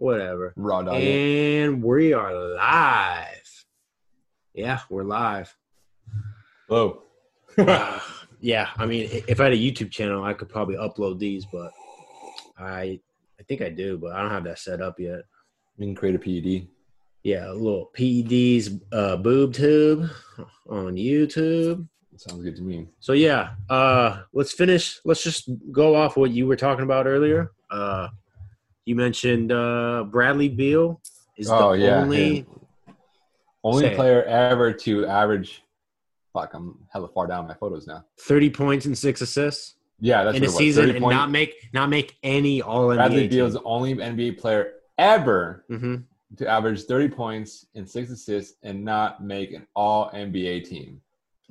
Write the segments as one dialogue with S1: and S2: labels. S1: whatever.
S2: Raw dog. it.
S1: And we are live. Yeah, we're live.
S2: Whoa.
S1: Uh, yeah, I mean, i- if I had a YouTube channel, I could probably upload these, but I, I think I do, but I don't have that set up yet.
S2: We can create a E PED.
S1: Yeah, a little PED's uh, boob tube on YouTube.
S2: That sounds good to me.
S1: So yeah, uh, let's finish. Let's just go off what you were talking about earlier. Uh, you mentioned uh, Bradley Beal is
S2: Oh,
S1: the
S2: yeah,
S1: only.
S2: him. Only
S1: Say it.
S2: player ever to average. Fuck, I'm hella far down my photos now.
S1: 30 points and six assists
S2: Yeah, that's
S1: in
S2: what
S1: a
S2: it was.
S1: season
S2: 30
S1: and
S2: point-
S1: not make not make any all
S2: Bradley
S1: NBA
S2: Beal's the only NBA player ever
S1: hmm
S2: to average 30 points and six assists and not make an All NBA team.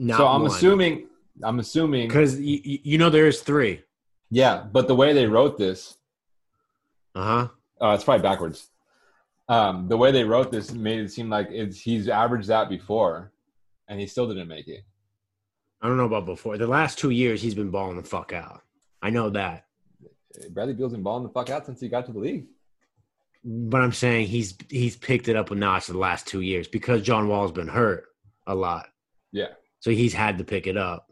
S2: so I'm assuming, I'm assuming,
S1: because y- y- you know there's three.
S2: yeah. But the way they wrote this,
S1: Uh huh.
S2: uh, it's probably backwards. Um, the way they wrote this made it seem like it's, he's averaged that before, and he still didn't make it.
S1: I don't know about before. The last two years he's been balling the fuck out. I know that,
S2: Bradley Beal's been balling the fuck out since he got to the league.
S1: but I'm saying he's he's picked it up a notch the last two years because John Wall's been hurt a lot.
S2: Yeah.
S1: So he's had to pick it up.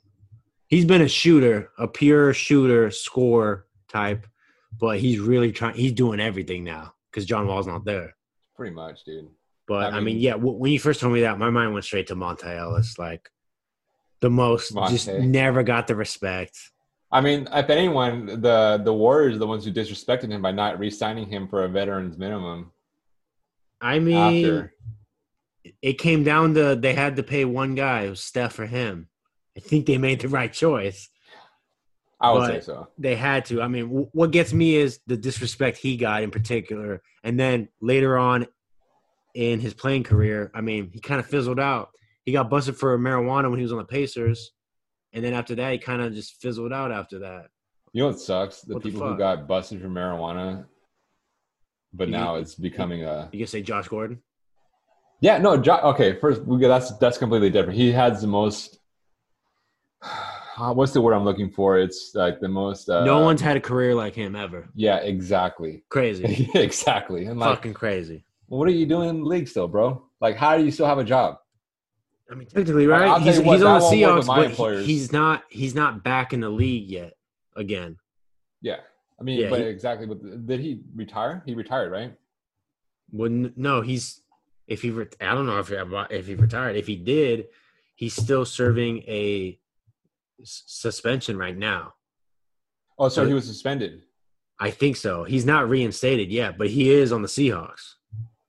S1: He's been a shooter, a pure shooter, scorer type, but he's really trying. He's doing everything now because John Wall's not there.
S2: Pretty much, dude.
S1: But I
S2: I
S1: mean,
S2: mean-
S1: yeah, w- when you first told me that, my mind went straight to Monte Ellis, like the most just
S2: Monte.
S1: never got the respect.
S2: I mean, if anyone, the the Warriors are the ones who disrespected him by not re-signing him for a veteran's minimum.
S1: I mean,
S2: After
S1: it came down to they had to pay one guy, it was Steph for him. I think they made the right choice.
S2: I would
S1: but-
S2: say so.
S1: They had to. I mean, w- what gets me is the disrespect he got in particular, and then later on in his playing career, I mean, he kind of fizzled out. He got busted for marijuana when he was on the Pacers, and then after that, he kind of just fizzled out after that.
S2: You know what sucks? The
S1: What the
S2: people
S1: fuck?
S2: who got busted for marijuana, but
S1: You-
S2: now it's becoming a
S1: You gonna say Josh Gordon?
S2: yeah. No, jo- okay. First, we go- that's that's completely different. He has the most. What's the word I'm looking for? It's like the most. Uh,
S1: no one's had a career like him ever.
S2: Yeah, exactly,
S1: Crazy,
S2: exactly. And like,
S1: fucking crazy.
S2: what are you doing in the league still, bro? Like, how do you still have a job?
S1: I mean, technically,
S2: I'll
S1: right?
S2: tell
S1: He's,
S2: you what,
S1: he's on
S2: that
S1: the
S2: won't work with
S1: Seahawks,
S2: my
S1: but he-
S2: employers.
S1: he's not. He's not back in the league yet. Again,
S2: Yeah. I mean,
S1: Yeah,
S2: but
S1: he-
S2: exactly. But did he retire? He retired, right?
S1: wouldn't no. He's if he. Re- I don't know if he, if he retired. If he did, he's still serving a s- suspension right now.
S2: Oh, so
S1: But-
S2: he was suspended.
S1: I think so. He's not reinstated yet, but he is on the Seahawks.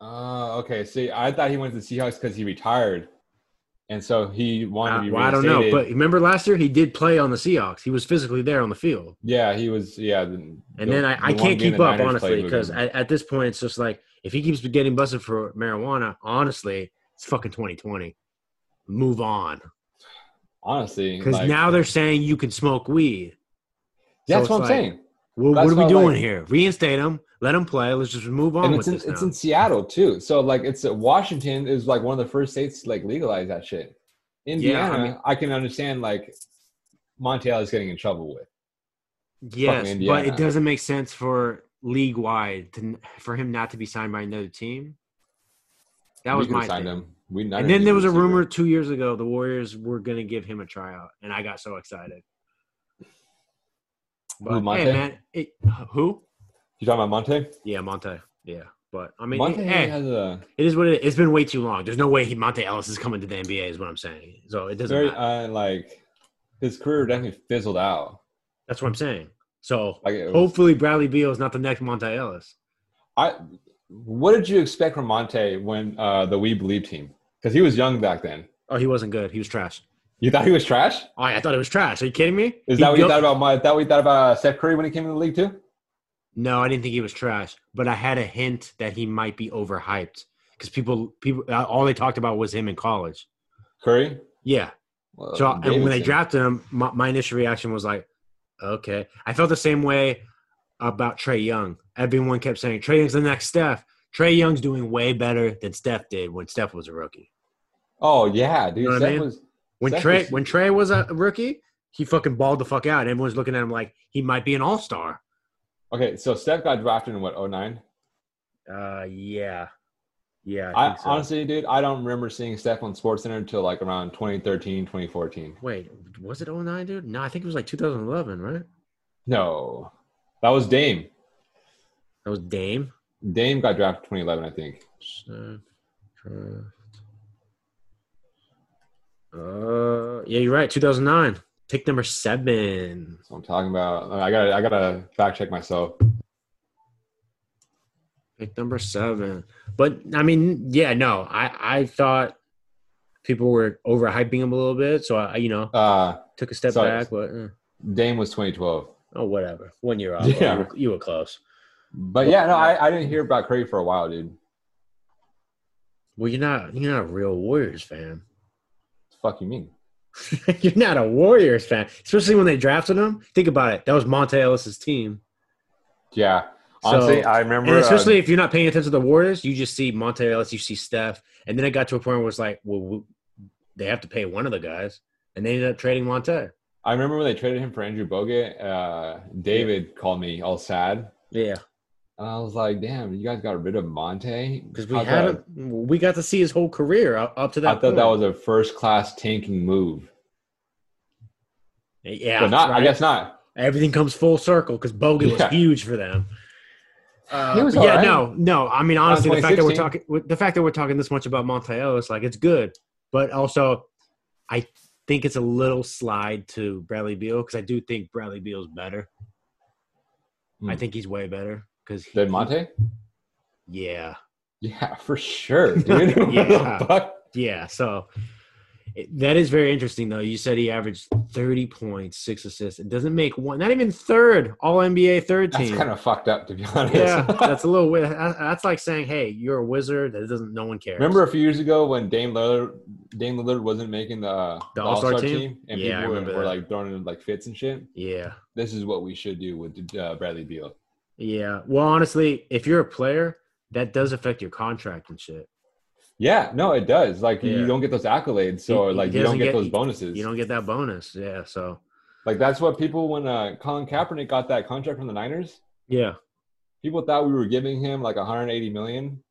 S2: Oh, okay. See, I thought he went to the Seahawks because he retired, and so he wanted to
S1: I,
S2: be.
S1: Uh, well, I don't know, but
S2: reinstated.
S1: remember last year he did play on the Seahawks. He was physically there on the field.
S2: yeah, he was. Yeah. the-
S1: And
S2: the-
S1: then
S2: the
S1: I, I
S2: one
S1: can't
S2: game
S1: keep
S2: the
S1: up,
S2: Niners
S1: honestly,
S2: played was
S1: because
S2: in-
S1: at, at this point, it's just like if he keeps getting busted for marijuana, honestly, it's fucking 2020. Move on.
S2: honestly,
S1: Because
S2: like-
S1: now they're saying you can smoke weed.
S2: that's
S1: it's
S2: what I'm
S1: like,
S2: saying.
S1: Well,
S2: That's
S1: what are we
S2: why,
S1: doing
S2: like-
S1: here? Reinstate him, let him play. Let's just move on
S2: And
S1: with
S2: it's in,
S1: this
S2: it's
S1: now.
S2: in Seattle too. So like, it's uh, Washington is like one of the first states to like legalize that shit. Indiana, I,
S1: mean-
S2: can understand like Montel is getting in trouble with.
S1: yes, but
S2: Indiana.
S1: it doesn't make sense for league wide to n- for him not to be signed by another team. That
S2: We
S1: was
S2: could've
S1: my
S2: signed
S1: thing.
S2: him. We not
S1: And then
S2: even
S1: there was a
S2: receiver.
S1: rumor two years ago the Warriors were going to give him a tryout, and I got so excited. But,
S2: Who, Monte?
S1: Hey, man, it, who?
S2: You talking about Monte?
S1: Yeah, Monte. Yeah, but I mean, eh,
S2: Monte
S1: hey,
S2: has a
S1: it is what it is. It's been way too long. There's no way he, Monte Ellis is coming to the NBA, is what I'm saying. So it doesn't.
S2: very
S1: matter.
S2: uh, like his career definitely fizzled out.
S1: That's what I'm saying. So
S2: Like, it was,
S1: hopefully Bradley Beal is not the next Monte Ellis.
S2: I what did you expect from Monte when uh, the We Believe team? Because he was young back then.
S1: Oh, he wasn't good. He was trash.
S2: You thought he was trash?
S1: Oh, I thought it was trash. Are you kidding me?
S2: Is
S1: He
S2: that what you
S1: go-
S2: thought about? My, that what you thought about uh, Steph Curry when he came in the league too?
S1: No, I didn't think he was trash, but I had a hint that he might be overhyped because people, people, uh, all they talked about was him in college.
S2: Curry.
S1: Yeah.
S2: Well,
S1: So and when they
S2: Uh, Davidson.
S1: drafted him, my, my initial reaction was like, okay. I felt the same way about Trey Young. Everyone kept saying Trey Young's the next Steph. Trey Young's doing way better than Steph did when Steph was a rookie.
S2: Oh yeah, dude.
S1: know what I
S2: Steph
S1: mean?
S2: was,
S1: When
S2: Steph
S1: Trey
S2: was-
S1: when Trey was a rookie, he fucking balled the fuck out. And everyone's looking at him like he might be an all star.
S2: oh okay, so Steph got drafted in what 09?
S1: Uh, yeah, yeah.
S2: I,
S1: think so.
S2: honestly, dude, I don't remember seeing Steph on Sports Center until like around 2013, 2014.
S1: Wait, was it 09, dude? No, I think it was like 2011, right?
S2: No, that was Dame.
S1: That was Dame. Uh,
S2: Dame got drafted 2011, I think.
S1: Steph draft. Uh, yeah, you're right. 2009. Pick number seven.
S2: So I'm talking about. I got. to I got to fact check myself.
S1: Pick number seven. But I mean, yeah, no. I I thought people were overhyping him a little bit, so I you know
S2: Uh,
S1: took a step
S2: Sorry.
S1: back. But eh.
S2: Dame was 2012.
S1: oh, whatever. One year off.
S2: Yeah.
S1: You, were, you were close.
S2: But yeah, no, I, I didn't hear about Curry for a while, dude.
S1: Well, you're not you're not a real Warriors fan.
S2: fuck you mean?
S1: you're not a Warriors fan, especially when they drafted him. Think about it. That was Monte Ellis's team.
S2: Yeah.
S1: So-
S2: Honestly, I remember.
S1: And
S2: uh,
S1: especially if you're not paying attention to the Warriors, you just see Monte Ellis, you see Steph, and then it got to a point where it's like, well, we, they have to pay one of the guys, and they ended up trading Monte.
S2: uh, I remember when they traded him for Andrew Bogut. Uh, David called me all sad,
S1: Yeah,
S2: and I was like, "Damn, you guys got rid of Monte
S1: because we
S2: I
S1: had
S2: thought-
S1: him, we got to see his whole career up, up to that.
S2: I thought that
S1: point.
S2: was a first-class tanking move,
S1: yeah,
S2: but not.
S1: right?
S2: I guess not.
S1: everything comes full circle because Bogut
S2: Yeah.
S1: was huge for them. Uh,
S2: He was
S1: but yeah,
S2: alright.
S1: no, no. I mean, honestly, the fact that we're
S2: 2016.
S1: talking the fact that we're talking this much about Monte Ellis, like it's good, but also I think it's a little slide to Bradley Beal because I do think Bradley Beal's better.
S2: Hmm.
S1: I think he's way better because
S2: Did Monte?
S1: yeah,
S2: Yeah, for sure, dude. What the
S1: Yeah.
S2: fuck?
S1: yeah. So it, that is very interesting, though. You said he averaged thirty points, six assists. It doesn't make one, not even third All NBA third
S2: That's
S1: team.
S2: kind of fucked up, to be honest.
S1: yeah, that's a little weird. That- That's like saying, "Hey, you're a wizard." That doesn't. No one cares.
S2: Remember a few years ago when Dame Lillard, Dame Lillard wasn't making the, the
S1: All-Star
S2: All-Star,
S1: team?
S2: team? and
S1: Yeah, I
S2: people were,
S1: remember
S2: were,
S1: that.
S2: like throwing in like fits and shit.
S1: Yeah,
S2: This is what we should do with uh, Bradley Beal.
S1: yeah. Well, honestly, if you're a player, that does affect your contract and shit.
S2: Yeah, no, it does. Like
S1: Yeah.
S2: you don't get those accolades, so
S1: He- he
S2: like you
S1: doesn't
S2: don't get,
S1: get-
S2: those bonuses.
S1: You don't get that bonus. Yeah. So
S2: like that's what people when uh, Colin Kaepernick got that contract from the Niners,
S1: yeah,
S2: people thought we were giving him like 180 million.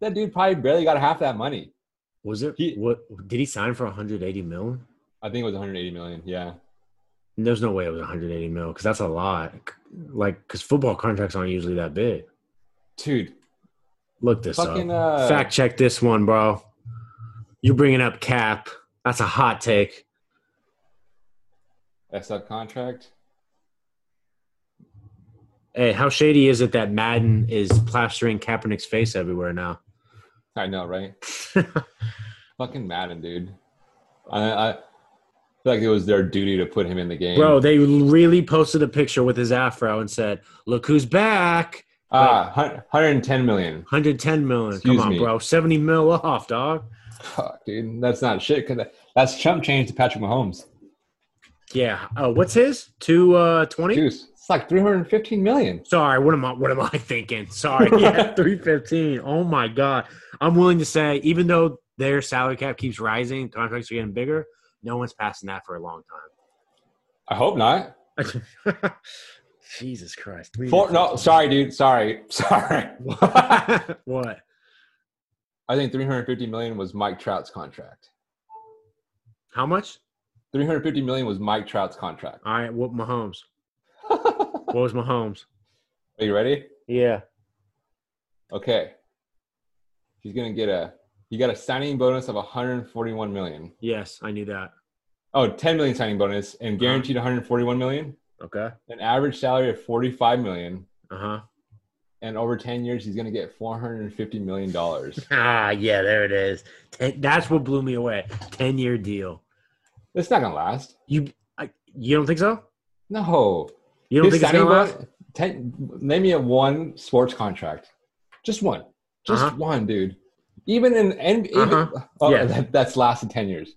S2: That dude probably barely got half that money.
S1: was it?
S2: He-
S1: what did he sign for? 180 mil?
S2: I think it was 180 million. Yeah,
S1: There's no way it was 180 mil because that's a lot. Like, because football contracts aren't usually that big.
S2: dude,
S1: Look this
S2: fucking
S1: up.
S2: uh,
S1: Fact check this one, bro. You're bringing up cap. That's a hot take.
S2: that's a contract.
S1: Hey, how shady is it that Madden is plastering Kaepernick's face everywhere now?
S2: I know, right? Fucking Madden, dude. I, I feel like it was their duty to put him in the game.
S1: Bro, they really posted a picture with his afro and said, "Look who's back."
S2: ah, hun- 110 million.
S1: 110 million.
S2: Excuse
S1: Come on,
S2: me.
S1: bro. 70 mil off, dog.
S2: Fuck, dude, that's not shit. Cause that- that's chump change to Patrick Mahomes.
S1: Yeah. Oh, what's his? 2 uh 20?
S2: Deuce, it's like 315 million.
S1: Sorry, what am I what am I thinking? Sorry. Yeah, 315. Oh my god. I'm willing to say even though their salary cap keeps rising, contracts are getting bigger, no one's passing that for a long
S2: I hope not.
S1: time. Jesus Christ. Three
S2: Four, no, sorry, dude. Sorry, sorry.
S1: what?
S2: I think 350 million was Mike Trout's contract.
S1: How much?
S2: 350 million was Mike Trout's contract.
S1: All right, what Mahomes?
S2: Are
S1: What was Mahomes?
S2: you ready?
S1: Yeah.
S2: Okay. He's gonna get a. He got a signing bonus of 141 million.
S1: Yes, I knew that.
S2: Oh, 10 million signing bonus and guaranteed 141 million,
S1: Okay.
S2: an average salary of 45 million,
S1: Uh huh.
S2: and over 10 years he's going to get 450 million dollars.
S1: Ah, yeah, there it is. Ten, that's what blew me away. Ten year deal.
S2: That's not going to last.
S1: You, I, you don't think so?
S2: No.
S1: You don't
S2: His
S1: think it's gonna
S2: signing
S1: last?
S2: bonus- 10, name me a one sports contract. Just one. Just
S1: Uh-huh.
S2: one, dude. Even in NBA,
S1: Uh-huh.
S2: oh,
S1: Yeah.
S2: that, that's lasted 10 years.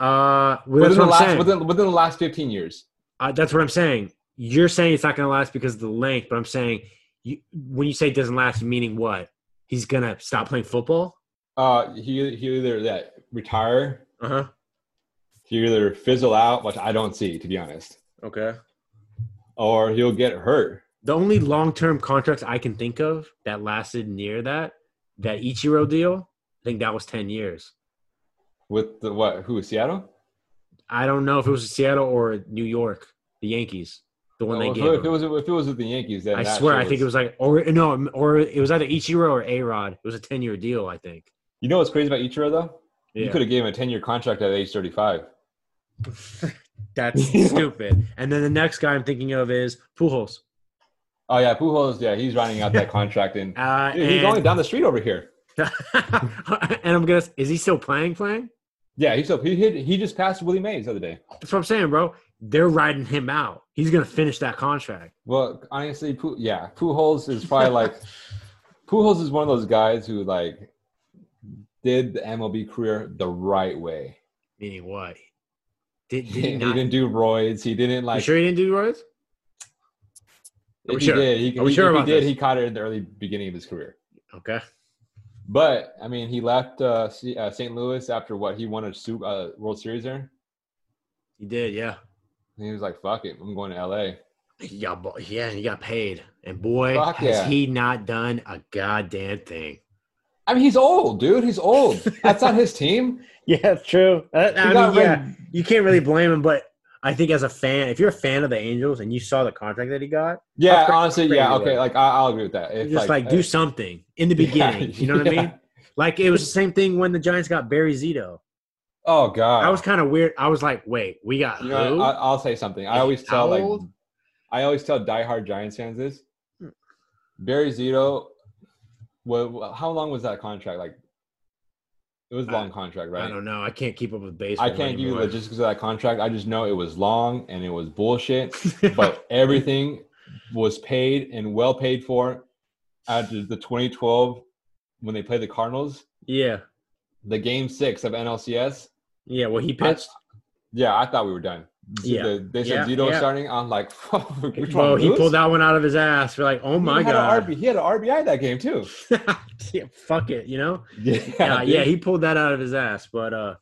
S1: Uh, well, that's
S2: Within
S1: what
S2: the,
S1: I'm
S2: last,
S1: saying.
S2: within, within the last 15 years.
S1: Uh, that's what I'm saying. You're saying it's not going to last because of the length, but I'm saying you, when you say it doesn't last, meaning what? He's gonna stop playing football?
S2: Uh, he, he either that retire,
S1: Uh huh.
S2: he either fizzle out, which I don't see, to be honest,
S1: Okay.
S2: or he'll get hurt.
S1: the only long term contracts I can think of that lasted near that that Ichiro deal. I think that was ten years.
S2: With the what? Who? Seattle?
S1: I don't know if it was Seattle or New York, the Yankees, the one
S2: Well,
S1: they
S2: if,
S1: gave.
S2: if it
S1: him.
S2: was if it was with the Yankees, then
S1: I
S2: that
S1: swear,
S2: shit
S1: I think it was like or no, or it was either Ichiro or A Rod. It was a ten year deal, I think.
S2: You know what's crazy about Ichiro though? You
S1: Yeah.
S2: could have gave him a ten-year contract at age thirty-five.
S1: That's stupid. And then the next guy I'm thinking of is Pujols.
S2: Oh yeah, Pujols. Yeah, he's running out that contract, and
S1: Uh,
S2: dude, he's
S1: and,
S2: only down the street over here.
S1: and I'm gonna is he still playing? Playing?
S2: Yeah, he's up. He hit, he just passed Willie Mays the other day.
S1: That's what I'm saying, bro. They're riding him out. He's gonna finish that contract.
S2: Well, honestly, Pu- yeah, Pujols is probably like Pujols is one of those guys who like did the MLB career the right way.
S1: Meaning what? Did, did
S2: He,
S1: he not?
S2: didn't do roids. He didn't
S1: you
S2: like.
S1: sure he didn't do roids? Are we
S2: If he
S1: sure?
S2: did, he,
S1: Are we
S2: he-
S1: sure
S2: if he
S1: about
S2: did,
S1: this?
S2: he caught it in the early beginning of his career.
S1: Okay.
S2: But I mean, he left uh, C- uh, St. Louis after what he won a Super, uh, World Series there.
S1: He did, yeah.
S2: And he was like, "Fuck it, I'm going to LA."
S1: He got, bo- yeah, he got paid. And boy,
S2: Fuck
S1: has
S2: yeah.
S1: he not done a goddamn thing.
S2: I mean, he's old, dude. He's old. That's not his team.
S1: Yeah, that's true.
S2: Uh, He got rid-
S1: you can't really blame him, but I think as a fan, if you're a fan of the Angels and you saw the contract that he got,
S2: Yeah,
S1: That's cra-
S2: honestly, yeah,
S1: crazy,
S2: okay.
S1: like-
S2: Like, I, I'll agree with that. eh, It's uh,
S1: just like, do something in the beginning. you know what I mean? Like it was the same thing when the Giants got Barry Zito.
S2: Oh God,
S1: I was kind of weird. I was like, wait, we got
S2: You
S1: who?
S2: know, I, I'll say something. I always tell like,
S1: old?
S2: I always tell diehard Giants fans this. Barry Zito, well, how long was that contract? Like, it was a
S1: I-
S2: long contract, right?
S1: I don't know. I can't keep up with baseball.
S2: I can't give you the
S1: anymore.
S2: logistics of that contract. I just know it was long and it was bullshit, but everything was paid and well paid for. After the 2012, when they played the Cardinals,
S1: yeah,
S2: the game six of NLCS.
S1: yeah. Well, he
S2: I-
S1: pitched.
S2: yeah, I thought we were done. Z-
S1: Yeah.
S2: the- they said
S1: Yeah,
S2: Zito
S1: yeah.
S2: starting. I'm like, which
S1: Bro,
S2: one?
S1: he
S2: Lewis?
S1: pulled that one out of his ass. We're like, oh
S2: He
S1: my
S2: had a
S1: god.
S2: RB, he had an RBI that game too.
S1: yeah, fuck it, you know.
S2: Yeah,
S1: Yeah, yeah,
S2: dude.
S1: he pulled that out of his ass. But uh,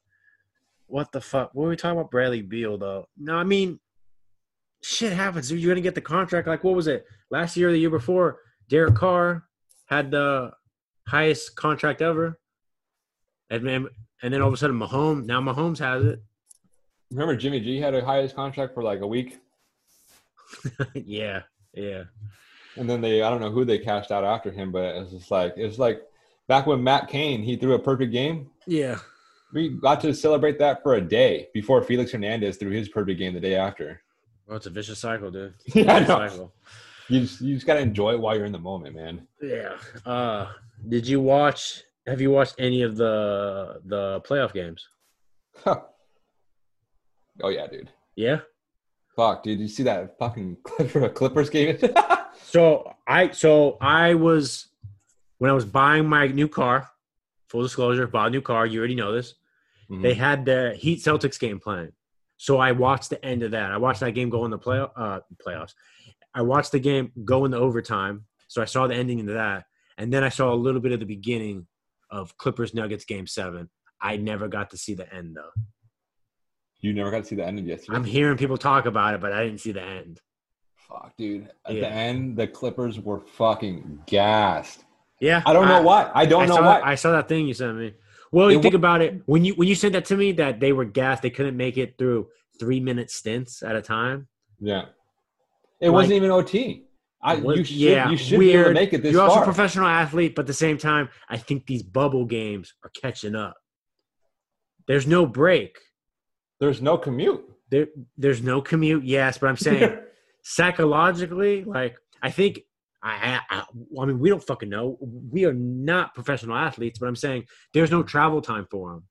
S1: what the fuck? What were we talking about, Bradley Beal? Though, no, I mean, shit happens. dude. You're gonna get the contract. Like, what was it last year or the year before? Derek Carr had the highest contract ever, and then and then all of a sudden, Mahomes. Now Mahomes has it.
S2: Remember Jimmy G had a highest contract for like a week,
S1: yeah, yeah,
S2: and then they I don't know who they cashed out after him, but it's just like it's like back when Matt Cain he threw a perfect game.
S1: yeah.
S2: We got to celebrate that for a day before Felix Hernandez threw his perfect game the day after.
S1: Well, it's a vicious cycle, dude. It's a
S2: Yeah, I
S1: vicious
S2: know.
S1: cycle.
S2: You just, you just gotta enjoy it while you're in the moment, man.
S1: Yeah. Uh, did you watch? Have you watched any of the the playoff games?
S2: Oh yeah, dude.
S1: Yeah.
S2: Fuck, dude. You see that fucking Clipper, Clippers game?
S1: So I so I was when I was buying my new car. Full disclosure, bought a new car. You already know this.
S2: Mm-hmm.
S1: They had the Heat Celtics game playing, so I watched the end of that. I watched that game go in the play uh, playoffs. I watched the game go in the overtime, so I saw the ending into that, and then I saw a little bit of the beginning of Clippers Nuggets game seven. I never got to see the end though.
S2: you never got to see the end of yesterday.
S1: I'm hearing people talk about it, but I didn't see the end.
S2: Fuck, dude. At
S1: Yeah.
S2: the end, the Clippers were fucking gassed.
S1: Yeah,
S2: I don't know why. I don't
S1: I
S2: know
S1: saw,
S2: why.
S1: I saw that thing you sent me. Well,
S2: It
S1: you think about it when you when you sent that to me that they were gassed, they couldn't make it through three minute stints at a time.
S2: yeah. It
S1: Like-
S2: wasn't even OT. I
S1: What-
S2: you should you should be able to make it this
S1: You're also
S2: far.
S1: a professional athlete, but at the same time, I think these bubble games are catching up. There's no break.
S2: There's no commute.
S1: There, there's no commute. Yes, but I'm saying psychologically, like I think I, I, I, I mean, we don't fucking know. We are not professional athletes, but I'm saying there's no travel time for them.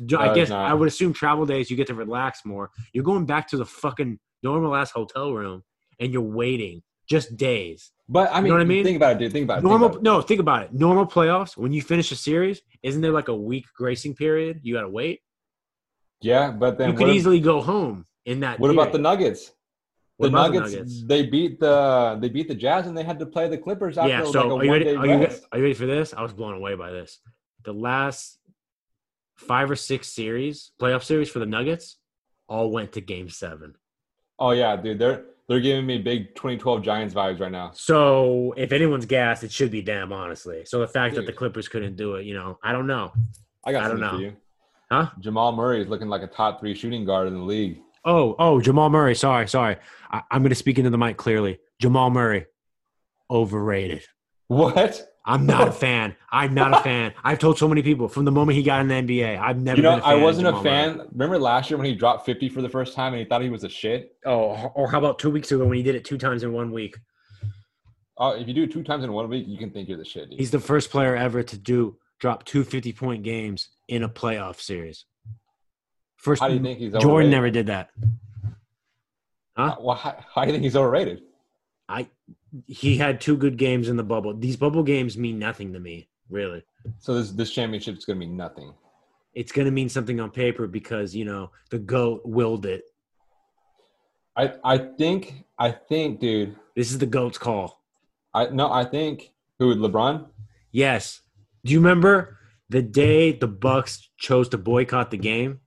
S2: No,
S1: I
S2: it's
S1: guess
S2: not.
S1: I would assume travel days you get to relax more. You're going back to the fucking normal ass hotel room and you're waiting just days.
S2: but I mean,
S1: know what I mean?
S2: think about it, dude. Think about it. think
S1: Normal,
S2: about it.
S1: no, think about it. Normal playoffs when you finish a series, isn't there like a week gracing period? You got to wait.
S2: Yeah, but then
S1: you
S2: what,
S1: could
S2: ab-
S1: easily go home in that.
S2: what about the
S1: period.
S2: Nuggets?
S1: What
S2: the,
S1: about
S2: Nuggets, they beat the they beat the Jazz and they had to play the Clippers after
S1: Yeah.
S2: like
S1: So
S2: a
S1: are you
S2: one
S1: ready?
S2: day
S1: Are you,
S2: rest.
S1: are you ready for this? I was blown away by this. The last five or six series, playoff series for the Nuggets, all went to Game Seven.
S2: Oh yeah, dude. They're They're giving me big 2012 Giants vibes right now.
S1: So if anyone's gassed, it should be them, honestly. So the fact that the
S2: Dude.
S1: Clippers couldn't do it, you know, I don't know.
S2: I got
S1: I don't
S2: something for
S1: know.
S2: you.
S1: Huh?
S2: Jamal Murray is looking like a top three shooting guard in the league.
S1: Oh, oh, Jamal Murray. Sorry, sorry. I, I'm going to speak into the mic clearly. Jamal Murray, overrated.
S2: What?
S1: I'm not a fan. I'm not a fan. I've told so many people from the moment he got in the NBA, I've never.
S2: You know,
S1: been a fan
S2: I
S1: of
S2: wasn't a
S1: Jamal Murray.
S2: fan. Remember last year when he dropped 50 for the first time and he thought he was a shit?
S1: Oh, or how about two weeks ago when he did it two times in one week?
S2: Oh, if you do it two times in one week, you can think you're the shit. Dude.
S1: He's the first player ever to do drop two 50 point games in a playoff series. First,
S2: How do you think he's overrated?
S1: Jordan never did that.
S2: Uh, Well, how, how do you think he's overrated?
S1: He had two good games in the bubble. These bubble games mean nothing to me, really.
S2: So this this championship's gonna be nothing.
S1: It's going to mean something on paper because, you know, the GOAT willed it.
S2: I I think I think, dude.
S1: This is the GOAT's call.
S2: I no, I think who LeBron?
S1: Yes. Do you remember the day the Bucks chose to boycott the game?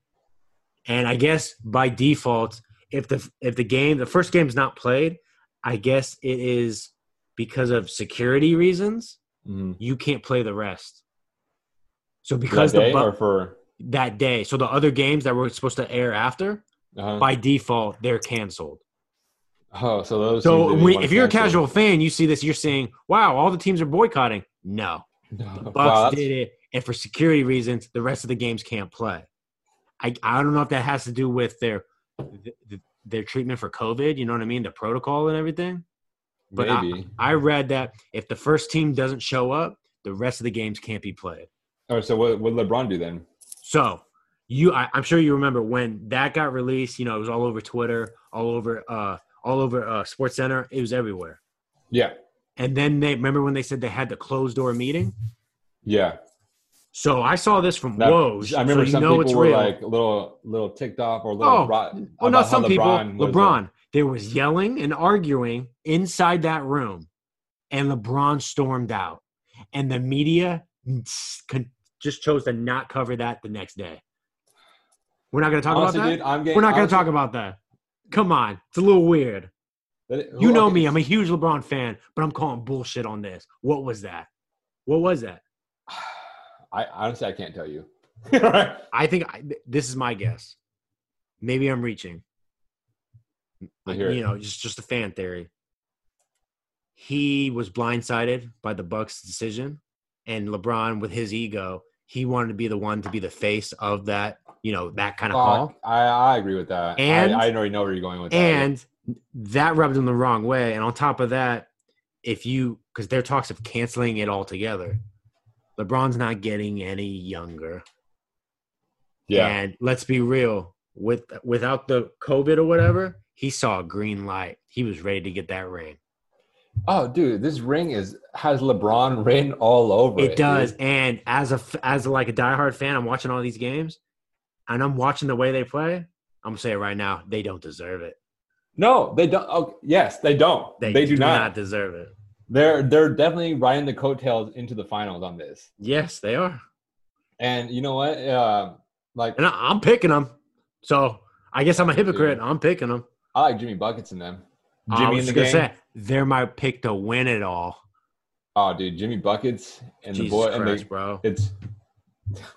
S1: And I guess by default, if the if the game the first game's not played, I guess it is because of security reasons,
S2: Mm-hmm.
S1: you can't play the rest. So because the
S2: or
S1: Buc-
S2: for
S1: that day, so the other games that were supposed to air after,
S2: uh,
S1: by default, they're canceled.
S2: oh, so those.
S1: So
S2: teams that
S1: we,
S2: wanna
S1: if you're a
S2: cancel.
S1: casual fan, you see this, you're saying, "Wow, all the teams are boycotting." No,
S2: No.
S1: Bucks
S2: Wow, that's-
S1: did it, and for security reasons, the rest of the games can't play. I I don't know if that has to do with their th- th- their treatment for COVID. You know what I mean, the protocol and everything. but I-
S2: maybe.
S1: I read that if the first team doesn't show up, the rest of the games can't be played.
S2: Or so what would LeBron do then?
S1: So you, I, I'm sure you remember when that got released. You know, it was all over Twitter, all over, uh, all over uh, Sports Center. It was everywhere.
S2: Yeah,
S1: And then they remember when they said they had the closed door meeting.
S2: yeah.
S1: So I saw this from
S2: That-
S1: Woj.
S2: I remember
S1: so you
S2: some
S1: know it's
S2: people were
S1: real.
S2: like a little little ticked off or a little.
S1: Oh,
S2: bro-
S1: Well,
S2: about
S1: not
S2: how
S1: some people.
S2: LeBron was,
S1: LeBron, there was yelling and arguing inside that room, and LeBron stormed out, and the media con- just chose to not cover that the next day. We're not going to talk
S2: honestly,
S1: about that.
S2: dude, I'm getting.
S1: We're not going to
S2: honestly-
S1: talk about that. Come on, it's a little weird.
S2: that- who-
S1: You know
S2: okay,
S1: me; I'm a huge LeBron fan, but I'm calling bullshit on this. What was that? What was that?
S2: I honestly I can't tell you. right.
S1: I think I, th- this is my guess. Maybe I'm reaching.
S2: I hear
S1: you
S2: it.
S1: know, just just a fan theory. He was blindsided by the Bucks' decision, and LeBron, with his ego, he wanted to be the one to be the face of that, you know, that kind of call.
S2: Fuck, I, I agree with that.
S1: And-
S2: I, I already know where you're going with that.
S1: And that rubbed him the wrong way. And on top of that, if you because there are talks of canceling it altogether, LeBron's not getting any younger.
S2: yeah,
S1: And let's be real, with without the COVID or whatever, he saw a green light. He was ready to get that ring.
S2: Oh, dude, this ring is has LeBron written all over it.
S1: It does.
S2: dude.
S1: And as a f- as a, like a diehard fan, I'm watching all these games, and I'm watching the way they play. I'm gonna say it right now, they don't deserve it.
S2: No, they don't. Oh, yes, they don't. They, do, not.
S1: deserve it.
S2: They're they're definitely riding the coattails into the finals on this.
S1: Yes, they are.
S2: And you know what? Uh, like
S1: And I, I'm picking them. So I guess I'm a hypocrite.
S2: Dude.
S1: I'm picking them.
S2: I like Jimmy buckets in them.
S1: I
S2: Jimmy
S1: was
S2: in the
S1: just
S2: game.
S1: gonna say they're my pick to win it all.
S2: oh, dude, Jimmy buckets and
S1: Jesus
S2: the boy.
S1: Christ,
S2: And the,
S1: bro.
S2: it's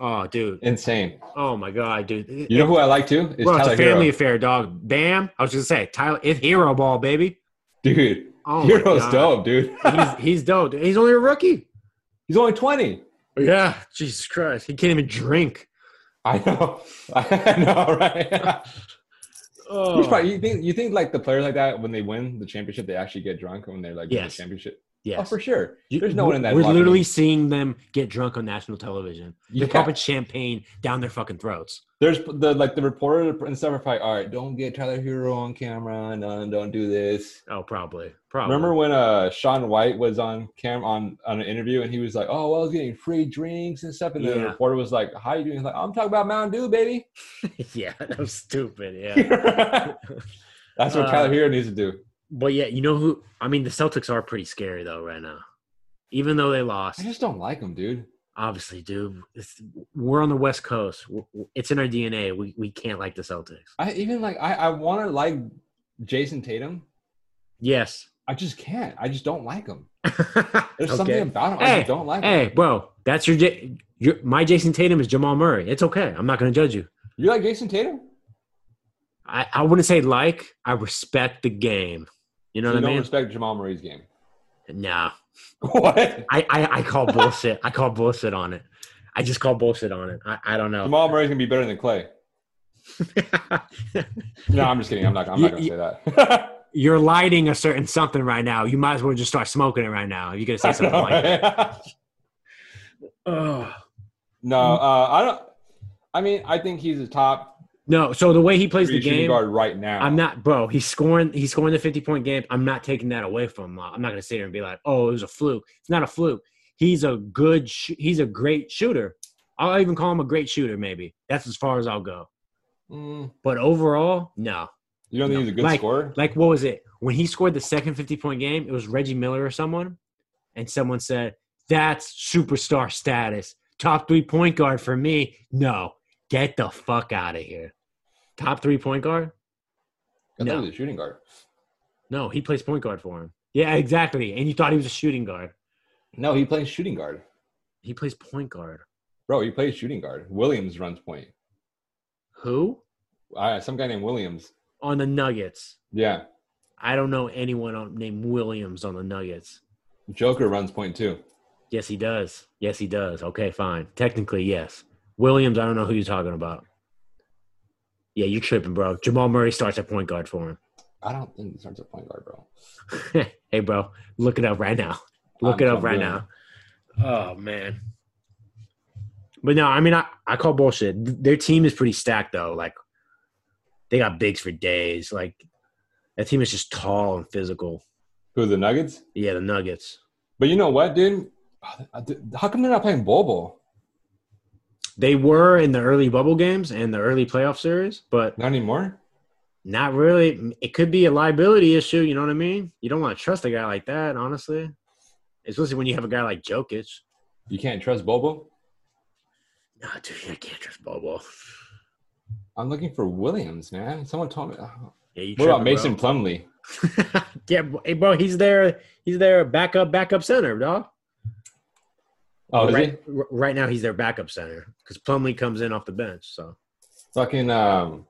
S1: Oh, dude.
S2: insane.
S1: Oh my God, dude.
S2: You know who I like too? It's
S1: Bro, it's
S2: Tyler
S1: a family
S2: Hero.
S1: affair, dog. Bam. I was just gonna say, Tyler, it's hero ball, baby.
S2: Dude,
S1: Oh, my
S2: Hero's
S1: God.
S2: dope, dude.
S1: he's, he's dope. dude. He's only a rookie.
S2: He's only twenty.
S1: Oh, Yeah, Jesus Christ, he can't even drink.
S2: I know. I know, right?
S1: Oh,
S2: He's probably, you think you think like the players like that when they win the championship they actually get drunk when they're like win
S1: Yes.
S2: the championship.
S1: yes.
S2: Oh, for sure.
S1: You-
S2: There's no one in that.
S1: We're
S2: locker
S1: literally
S2: room.
S1: seeing them get drunk on national television. They're
S2: Yeah.
S1: popping champagne down their fucking throats.
S2: There's the like the reporter and stuff are probably all right. Don't get Tyler Hero on camera. No, don't do this.
S1: Oh, probably. Probably.
S2: Remember when uh Sean White was on cam on on an interview and he was like, "Oh, well, I was getting free drinks and stuff," and the
S1: Yeah.
S2: reporter was like, "How you doing?" He's like, "I'm talking about Mountain Dew, baby."
S1: yeah, that was stupid. Yeah.
S2: That's what
S1: Uh,
S2: Tyler Hero needs to do.
S1: but yeah, you know who? I mean, the Celtics are pretty scary though right now. Even though they lost,
S2: I just don't like him, dude.
S1: obviously, dude, it's, we're on the West Coast. W- w- It's in our DNA. We we can't like the Celtics.
S2: I even like I I want to like Jason Tatum,
S1: Yes.
S2: I just can't. I just don't like him. There's something
S1: okay.
S2: about him I
S1: Hey,
S2: just don't like. Him.
S1: Hey, bro, that's your, J- your my Jason Tatum is Jamal Murray. It's okay. I'm not going to judge you.
S2: You like Jason Tatum?
S1: I, I wouldn't say like. I respect the game. You know
S2: you
S1: what I
S2: don't
S1: mean?
S2: respect Jamal Murray's game.
S1: nah.
S2: what?
S1: I, I, I call bullshit. I call bullshit on it. I just call bullshit on it. I, I don't know.
S2: Jamal Murray's gonna be better than Clay. No, I'm just kidding. I'm not. I'm not gonna say that.
S1: You're lighting a certain something right now. You might as well just start smoking it right now. You're going to say
S2: I
S1: something
S2: know,
S1: like
S2: right? Oh.
S1: Ugh.
S2: no, uh, I don't. I mean, I think he's a top
S1: No, so the way he plays
S2: three
S1: the
S2: shooting
S1: game,
S2: guard right now.
S1: I'm not, bro. He's scoring. He's scoring the 50 point game. I'm not taking that away from him. I'm not gonna sit here and be like, oh, it was a fluke. It's not a fluke. He's a good. Sh- he's a great shooter. I'll even call him a great shooter. Maybe that's as far as I'll go.
S2: Mm,
S1: But overall, no.
S2: you don't think
S1: No.
S2: he's a good
S1: Like-
S2: scorer?
S1: Like, what was it when he scored the second 50 point game? It was Reggie Miller or someone, and someone said that's superstar status. Top three point guard for me. No, get the fuck out of here. Top three point guard.
S2: I thought
S1: no.
S2: he was a shooting guard.
S1: No, he plays point guard for him. Yeah, exactly. And you thought he was a shooting guard.
S2: No, he plays shooting guard,
S1: He plays point guard.
S2: bro. He plays shooting guard. Williams runs point.
S1: Who?
S2: Uh, some guy named Williams.
S1: On the Nuggets.
S2: Yeah,
S1: I don't know anyone on, named Williams on the Nuggets.
S2: Joker runs point too.
S1: Yes, he does. Yes, he does. Okay, fine. Technically, yes. Williams, I don't know who you're talking about. Yeah, you're tripping, bro. Jamal Murray starts at point guard for
S2: I don't think he starts at point guard, bro.
S1: him. hey, bro, look it up right now. Look
S2: I'm-
S1: it up
S2: I'm
S1: right
S2: doing
S1: now. Oh, man. But no, I mean, I, I call bullshit. Th- Their team is pretty stacked, though. Like, they got bigs for days. Like, that team is just tall and physical.
S2: Who the Nuggets?
S1: Yeah, the Nuggets.
S2: But you know what, dude? Oh, uh, How come they're not playing Bobo?
S1: They were in the early bubble games and the early playoff series, but
S2: Not anymore.
S1: not really. It could be a liability issue. You know what I mean? You don't want to trust a guy like that, honestly. Especially when you have a guy like Jokic.
S2: You can't trust Bobo.
S1: No, dude, I can't trust Bobo.
S2: I'm looking for Williams, man. Someone told me. oh.
S1: Yeah, you
S2: What about
S1: tripping,
S2: Mason Plumley?
S1: bro. yeah, bro- hey, bro, he's there. He's their backup, backup center, dog.
S2: Oh, is he
S1: right, r- right now he's their backup center because Plumlee comes in off the bench. So
S2: fucking? Um,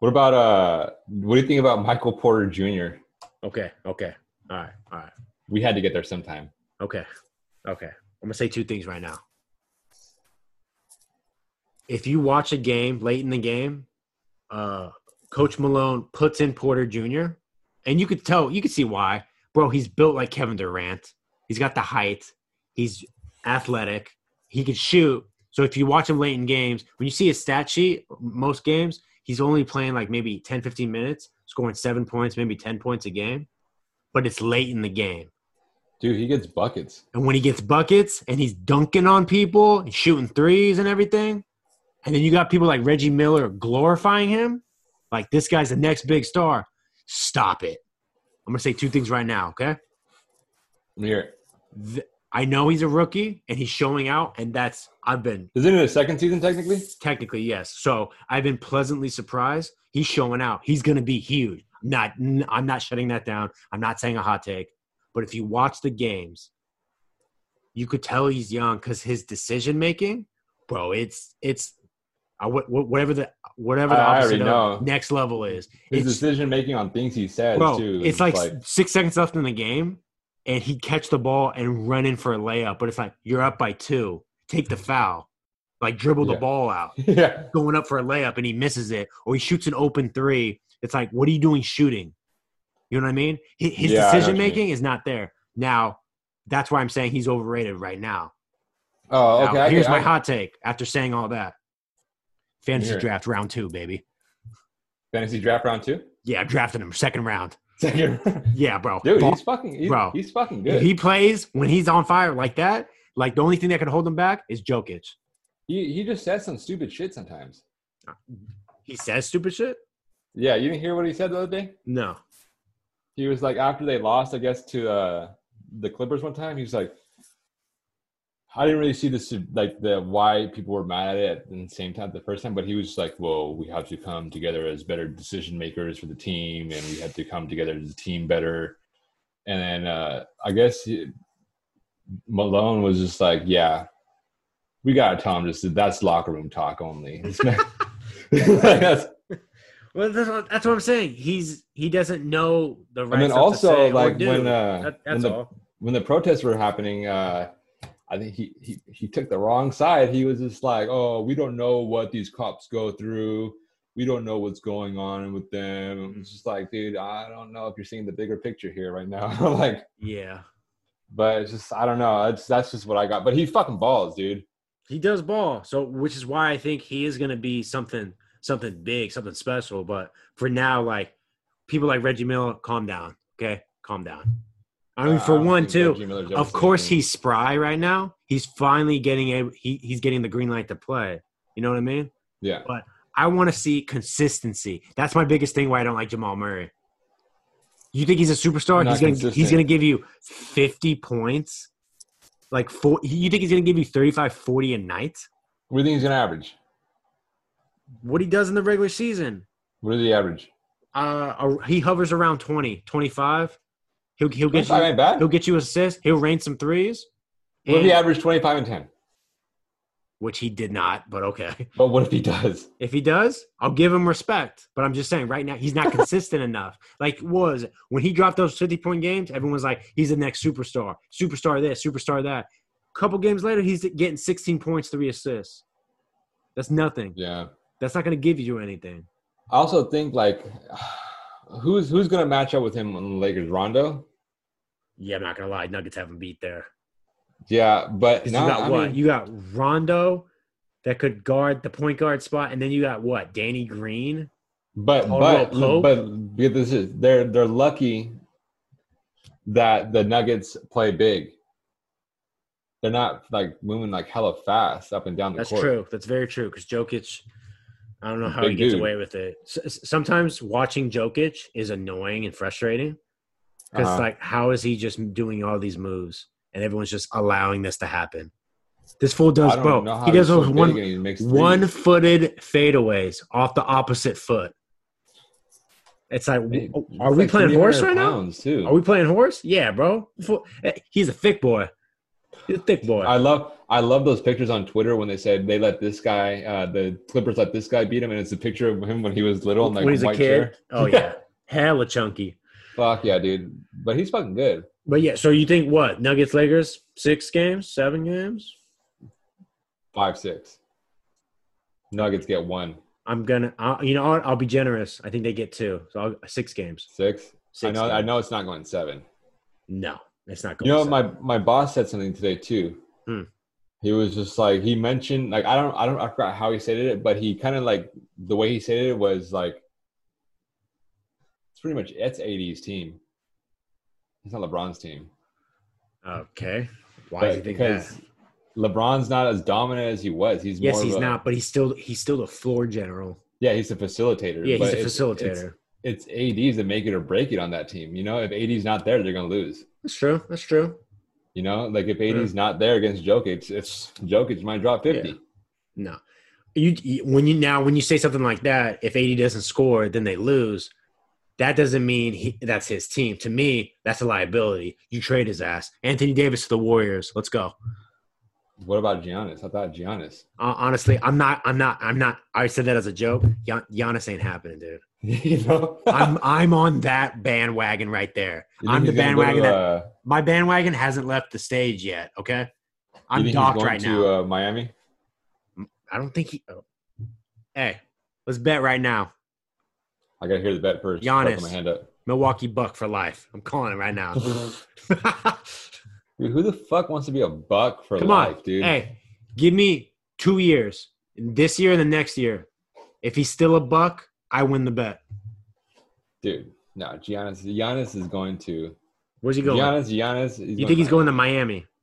S2: what about uh? What do you think about Michael Porter Jr.?
S1: okay, okay, all right, all right,
S2: We had to get there sometime.
S1: okay, okay. I'm gonna say two things right now. If you watch a game late in the game, uh, Coach Malone puts in Porter Jr. and you could tell, you could see why, bro. He's built like Kevin Durant. He's got the height. He's athletic. He can shoot. So if you watch him late in games, when you see his stat sheet, most games, he's only playing like maybe 10, 15 minutes, scoring seven points, maybe 10 points a game. But it's late in the game.
S2: Dude, he gets buckets.
S1: And when he gets buckets and he's dunking on people and shooting threes and everything, and then you got people like Reggie Miller glorifying him, like this guy's the next big star. Stop it. I'm going to say two things right now, okay?
S2: I'm here.
S1: Th- I know he's a rookie and he's showing out, and that's, I've been
S2: Isn't it his second season technically?
S1: Technically, yes. So I've been pleasantly surprised. He's showing out. He's going to be huge. I'm not. n- I'm not shutting that down. I'm not saying a hot take, but if you watch the games, you could tell he's young because his decision making, bro. It's it's. I, wh- wh- whatever the whatever the
S2: I- I
S1: opposite
S2: already
S1: of
S2: know.
S1: next level is,
S2: His
S1: it's
S2: decision making on things he says
S1: bro.
S2: too.
S1: It's like, six seconds left in the game, and he'd catch the ball and run in for a layup. But it's like you're up by two. Take the foul, like dribble the
S2: Yeah.
S1: ball out
S2: yeah,
S1: going up for a layup and he misses it, or he shoots an open three. It's like, what are you doing shooting? You know what I mean? His, his
S2: Yeah, I know what you
S1: decision making is not there. Now, that's why I'm saying he's overrated right now.
S2: Oh, okay.
S1: Now,
S2: I
S1: here's
S2: get-
S1: my
S2: I-
S1: hot take after saying all that fantasy
S2: Here.
S1: draft round two, baby.
S2: fantasy draft round two.
S1: Yeah, I'm drafting him second round.
S2: Second,
S1: Yeah, bro.
S2: dude,
S1: Ball-
S2: he's fucking. He's,
S1: Bro.
S2: he's fucking
S1: if
S2: good.
S1: he plays when he's on fire like that, like the only thing that could hold him back is Jokic.
S2: He he just says some stupid shit sometimes.
S1: He says stupid shit?
S2: Yeah, you didn't hear what he said the other day.
S1: No.
S2: He was like after they lost, I guess, to uh, the Clippers one time. He was like, I didn't really see this like the why people were mad at it at the same time the first time, but he was just like, "Well, we have to come together as better decision makers for the team, and we have to come together as a team better." And then uh, I guess he, Malone was just like, "Yeah, we gotta tell him just that that's locker room talk only." That's-
S1: Well, that's what, that's what I'm saying. He's he doesn't know the right.
S2: and then
S1: stuff to
S2: also
S1: say or
S2: like
S1: do.
S2: when uh,
S1: That-
S2: when
S1: that's
S2: the
S1: all.
S2: when the protests were happening, uh, I think he, he he took the wrong side. He was just like, "Oh, we don't know what these cops go through. We don't know what's going on with them." It's just like, dude, I don't know if you're seeing the bigger picture here right now. like,
S1: Yeah,
S2: but it's just I don't know. That's that's just what I got. But he fucking balls, dude.
S1: he does ball. So which is why I think he is going to be something something big, something special. But for now, like people like Reggie Miller, calm down. Okay, calm down. I mean, for
S2: Uh, don't
S1: one,
S2: Um, think
S1: too.
S2: Reggie Miller's ever
S1: Of
S2: seen
S1: course,
S2: anything.
S1: he's spry right now. He's finally getting a he, he's getting the green light to play. You know what I mean?
S2: yeah.
S1: I want to see consistency. That's my biggest thing why I don't like Jamal Murray. You think he's a superstar?
S2: Not
S1: he's gonna he's
S2: consistent.
S1: gonna give you 50 points, like four. You think he's gonna give you 35, 40 a night?
S2: What do you think he's gonna average?
S1: What he does in the regular season,
S2: What is the average?
S1: uh, ar- he hovers around 20, 25. He'll he'll get
S2: Twenty-five
S1: you,
S2: ain't bad.
S1: he'll get you assists. He'll rain some threes,
S2: What if
S1: and-
S2: he averaged twenty-five and ten?
S1: which he did not. But okay,
S2: But what if he does?
S1: if he does, I'll give him respect. But I'm just saying, right now he's not consistent enough. Like was it? when he dropped those 50 point games, everyone was like, he's the next superstar, superstar this, superstar that. Couple games later, he's getting 16 points, three assists. That's nothing.
S2: Yeah.
S1: That's not going to give you anything.
S2: I also think like who's who's gonna match up with him on the Lakers? Rondo.
S1: Yeah, I'm not going to lie. Nuggets haven't beat there.
S2: Yeah, but
S1: 'Cause
S2: no,
S1: you got
S2: I
S1: what?
S2: mean,
S1: you got Rondo that could guard the point guard spot, and then you got what? Danny Green.
S2: but
S1: Caldwell
S2: but
S1: Pope?
S2: but get this is they're they're lucky that the Nuggets play big. They're not like moving like hella fast up and down the
S1: That's
S2: court.
S1: true. That's very true. Because Jokic, I don't know how he
S2: Big
S1: gets
S2: dude.
S1: away with it. S- s- sometimes watching Jokic is annoying and frustrating because
S2: Uh-huh.
S1: like, how is he just doing all these moves and everyone's just allowing this to happen? This fool does,
S2: I don't know
S1: bro.
S2: how
S1: He does
S2: he's so
S1: those
S2: big
S1: one
S2: and he makes threes.
S1: one-footed fadeaways off the opposite foot. It's like,
S2: Hey,
S1: w-
S2: it's
S1: are we
S2: like
S1: playing horse
S2: 300
S1: right now?
S2: pounds, Too.
S1: Are we playing horse? Yeah, bro. Fool- eh, He's a thick boy. He's a thick boy.
S2: I love I love those pictures on Twitter when they said they let this guy uh, the Clippers let this guy beat him and it's a picture of him when he was little and like
S1: when he's a
S2: white
S1: kid.
S2: hair.
S1: Oh yeah, hella chunky.
S2: Fuck yeah, dude. But he's fucking good.
S1: But yeah, so you think what Nuggets Lakers six games, seven games?
S2: Five six. Nuggets get one.
S1: I'm gonna, i you know, what? I'll be generous. I think they get two, so I'll, six games.
S2: Six.
S1: Six.
S2: I know I
S1: games.
S2: know it's not going seven.
S1: No, it's not going.
S2: You know
S1: seven.
S2: my my boss said something today too.
S1: Hmm.
S2: He was just like he mentioned like I don't I don't I forgot how he said it, but he kind of like the way he said it was like it's pretty much it's 80s team. It's not LeBron's team.
S1: okay. Why
S2: But
S1: do you think that?
S2: because LeBron's not as dominant as he was. He's
S1: Yes,
S2: more of
S1: he's
S2: a-
S1: not, but he's still he's still a floor general.
S2: Yeah, he's a facilitator.
S1: Yeah,
S2: but
S1: he's a
S2: it's- It's,
S1: facilitator.
S2: it's ADs that make it or break it on that team. You know, if AD's not there, they're gonna lose.
S1: That's true. That's true.
S2: You know, like if AD's not there against Jokic, it's Jokic might drop fifty.
S1: Yeah. No, you, you when you now when you say something like that, if eighty doesn't score, then they lose. That doesn't mean he, that's his team. To me, that's a liability. You trade his ass. Anthony Davis to the Warriors. Let's go.
S2: What about Giannis? I thought Giannis.
S1: Uh, honestly, I'm not. I'm not. I'm not. I said that as a joke. Gian, Giannis ain't happening, dude.
S2: you know,
S1: I'm. I'm on that bandwagon right there.
S2: You think
S1: I'm the
S2: he's gonna go
S1: bandwagon.
S2: To,
S1: that,
S2: uh,
S1: my bandwagon hasn't left the stage yet. Okay. I'm
S2: you think
S1: docked
S2: he's going
S1: right
S2: to
S1: now.
S2: Uh, Miami.
S1: I don't think he. Oh. Hey, let's bet right now.
S2: I gotta hear the bet first. before I put
S1: Giannis.
S2: my hand up.
S1: Milwaukee Buck for life. I'm calling it right now.
S2: Dude, who the fuck wants to be a buck for
S1: Come
S2: life,
S1: on,
S2: dude?
S1: hey, give me two years, this year and the next year. If he's still a buck, I win the bet.
S2: Dude, no, Giannis. Giannis is going to.
S1: Where's he going?
S2: Giannis. Giannis.
S1: you think he's
S2: Miami.
S1: going to Miami?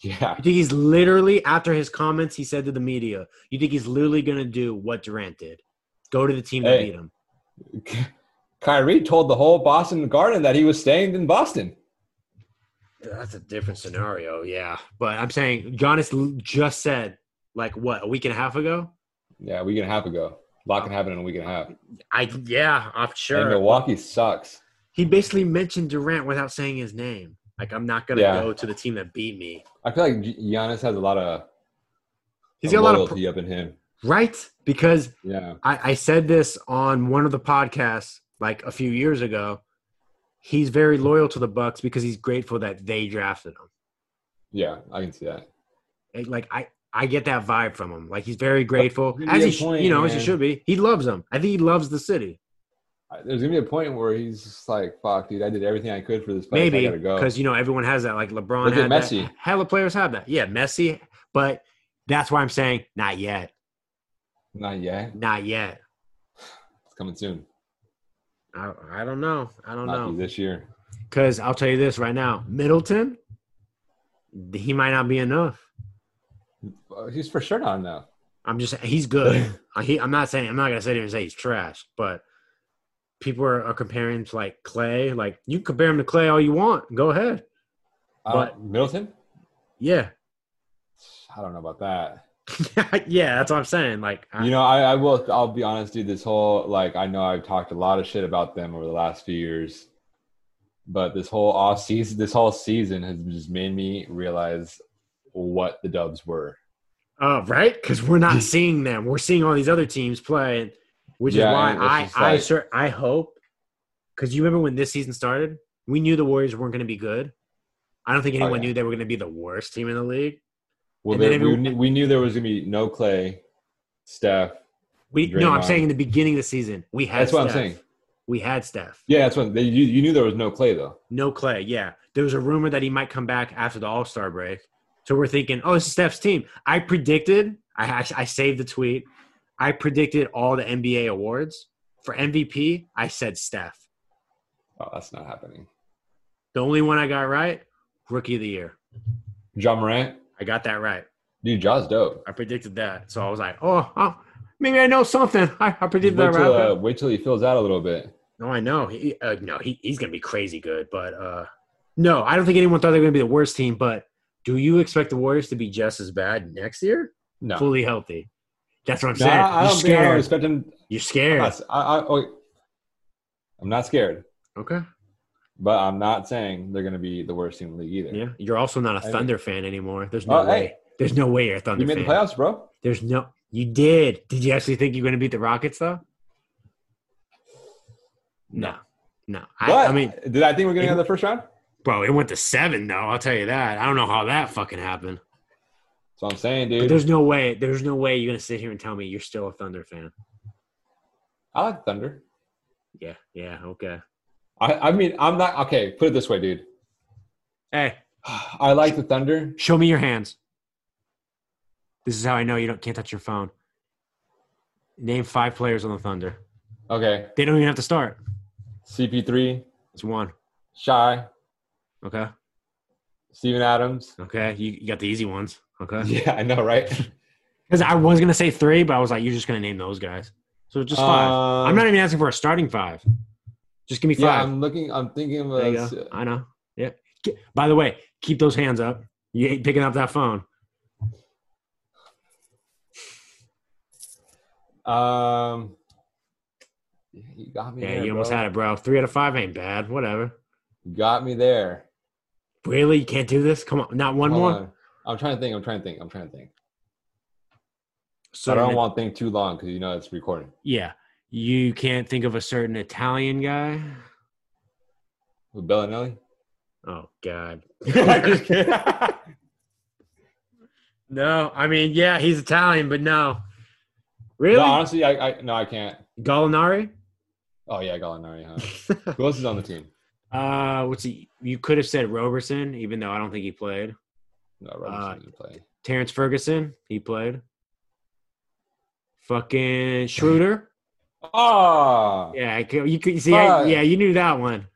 S2: Yeah.
S1: You think he's literally after his comments he said to the media? You think he's literally going to do what Durant did? Go to the team that
S2: Hey.
S1: beat him.
S2: Kyrie told the whole Boston Garden that he was staying in Boston.
S1: That's a different scenario, yeah. But I'm saying Giannis just said like what a week and a half ago.
S2: Yeah, a week and a half ago. A lot can happen in a week and a half.
S1: I yeah, I'm sure.
S2: And Milwaukee sucks.
S1: he basically mentioned Durant without saying his name. Like I'm not gonna
S2: Yeah.
S1: go to the team that beat me.
S2: I feel like Gi- Giannis has a lot of
S1: He's got a lot of
S2: loyalty up in him.
S1: right because
S2: Yeah,
S1: I, I said this on one of the podcasts like a few years ago. He's very loyal to the Bucks because he's grateful that they drafted him.
S2: yeah, I can see that.
S1: It- like I, I get that vibe from him. Like he's very grateful,
S2: But
S1: as
S2: you
S1: he,
S2: get a
S1: sh-
S2: point,
S1: you know, as he
S2: man.
S1: should be. He loves them. I think he loves the city.
S2: I- There's gonna be a point where he's just like, "Fuck, dude, I did everything I could for this place. I
S1: Maybe
S2: gotta go."
S1: because you know everyone has that. Like LeBron
S2: Look
S1: had
S2: at
S1: that.
S2: Messi.
S1: Hella players have that. Yeah, Messi. But that's why I'm saying not yet,
S2: Not yet.
S1: not yet.
S2: It's coming soon.
S1: I, I don't know. I don't
S2: Not be
S1: know.
S2: this year.
S1: Because I'll tell you this right now, Middleton, he might not be enough.
S2: Uh, He's for sure not enough.
S1: I'm just he's good. I- he, I'm not saying I'm not gonna sit here and say he's trash, but people are, are comparing him to like Clay. Like you can compare him to Clay all you want. Go ahead.
S2: Uh,
S1: But-
S2: Middleton?
S1: Yeah,
S2: I don't know about that.
S1: yeah. That's what I'm saying. Like I-
S2: You know, I, I will. I'll be honest, dude. This whole like, I know I've talked a lot of shit about them over the last few years, but this whole off season, this whole season has just made me realize what the Dubs were.
S1: uh, right? Because we're not seeing them. We're seeing all these other teams play, and- which
S2: Yeah,
S1: is why
S2: and it's
S1: I
S2: just
S1: I
S2: like-
S1: sure I hope. Because you remember when this season started, we knew the Warriors weren't gonna be good. I don't think
S2: Oh,
S1: anyone
S2: yeah.
S1: knew they were gonna be the worst team in the league.
S2: Well,
S1: And then
S2: there, we,
S1: everyone-
S2: knew, we knew there was gonna be no Clay, Steph.
S1: We no, I'm
S2: Draymond.
S1: saying in the beginning of the season we had.
S2: That's what I'm
S1: Steph.
S2: saying.
S1: We had Steph.
S2: Yeah, that's what they, you, you knew there was no Clay though.
S1: No Clay, yeah. There was a rumor that he might come back after the All Star break. So we're thinking, oh, this is Steph's team. I predicted, I, I saved the tweet. I predicted all the NBA awards. For MVP, I said Steph.
S2: Oh, that's not happening.
S1: The only one I got right, rookie of the year.
S2: John Morant,
S1: I got that right.
S2: dude, Jaw's dope.
S1: I predicted that. So I was like, oh, oh maybe I know something. I, I
S2: Wait
S1: predicted that
S2: till,
S1: right.
S2: uh, wait till he fills out a little bit.
S1: No, I know. He, uh, no, he, he's going to be crazy good. But uh, no, I don't think anyone thought they were going to be the worst team. But do you expect the Warriors to be just as bad next year?
S2: No,
S1: Fully healthy. That's what I'm
S2: no
S1: saying.
S2: I, I
S1: You're
S2: don't think I don't
S1: scared.
S2: expect him.
S1: You're
S2: I'm
S1: scared.
S2: not, I, I, okay. I'm not scared,
S1: Okay.
S2: but I'm not saying they're going to be the worst team in the league either.
S1: Yeah. You're also not a
S2: I mean-
S1: Thunder fan anymore. There's no
S2: Oh, hey.
S1: way. There's no way you're a Thunder
S2: You made
S1: fan.
S2: the playoffs, bro.
S1: There's no. You did. Did you actually think you were going to beat the Rockets though? No. No.
S2: But
S1: I, I mean,
S2: did I think we are going
S1: it-
S2: to have the first round?
S1: bro, it went to seven though. I'll tell you that. I don't know how that fucking happened.
S2: That's what I'm saying,
S1: But
S2: dude.
S1: there's no way. There's no way you're gonna sit here and tell me you're still a Thunder fan.
S2: I like Thunder.
S1: Yeah. Yeah. Okay.
S2: I, I mean, I'm not okay. Put it this way, dude.
S1: Hey,
S2: I like the Thunder.
S1: show me your hands. This is how I know you don't can't touch your phone. Name five players on the Thunder.
S2: Okay,
S1: They don't even have to start.
S2: CP3,
S1: It's one.
S2: Shy,
S1: Okay.
S2: Steven Adams.
S1: Okay. You, you got the easy ones. Okay.
S2: Yeah, I know, right?
S1: Because I was gonna say three, but I was like, you're just gonna name those guys. So just five. I'm not even asking for a starting five. Just give me
S2: Um, Yeah,
S1: five.
S2: I'm looking. I'm thinking of.
S1: there you
S2: a-
S1: go. I know. Yeah. Ke- By the way, keep those hands up. You ain't picking up that phone.
S2: Um, you got me.
S1: Yeah,
S2: there,
S1: you almost
S2: bro.
S1: had it, bro. Three out of five ain't bad. Whatever.
S2: You got me there.
S1: Really, you can't do this? Come on, not one
S2: Hold
S1: more.
S2: on. I'm trying to think. I'm trying to think. I'm trying to think.
S1: So
S2: I don't want to think too long because you know it's recording.
S1: Yeah, you can't think of a certain Italian guy.
S2: With Bellinelli.
S1: Oh God.
S2: Just kidding.
S1: No, I mean, yeah, he's Italian, but no. Really,
S2: No, honestly, I, I no, I can't.
S1: Gallinari?
S2: Oh yeah, Gallinari. Huh? Who else is on the team?
S1: uh, what's he? You could have said Roberson, even though I don't think he played.
S2: No,
S1: Uh,
S2: Robertson didn't play.
S1: Terrence Ferguson, he played. Fucking Schroeder.
S2: Oh,
S1: Yeah, I could- you could see. I-
S2: Fuck.
S1: yeah, you knew that one.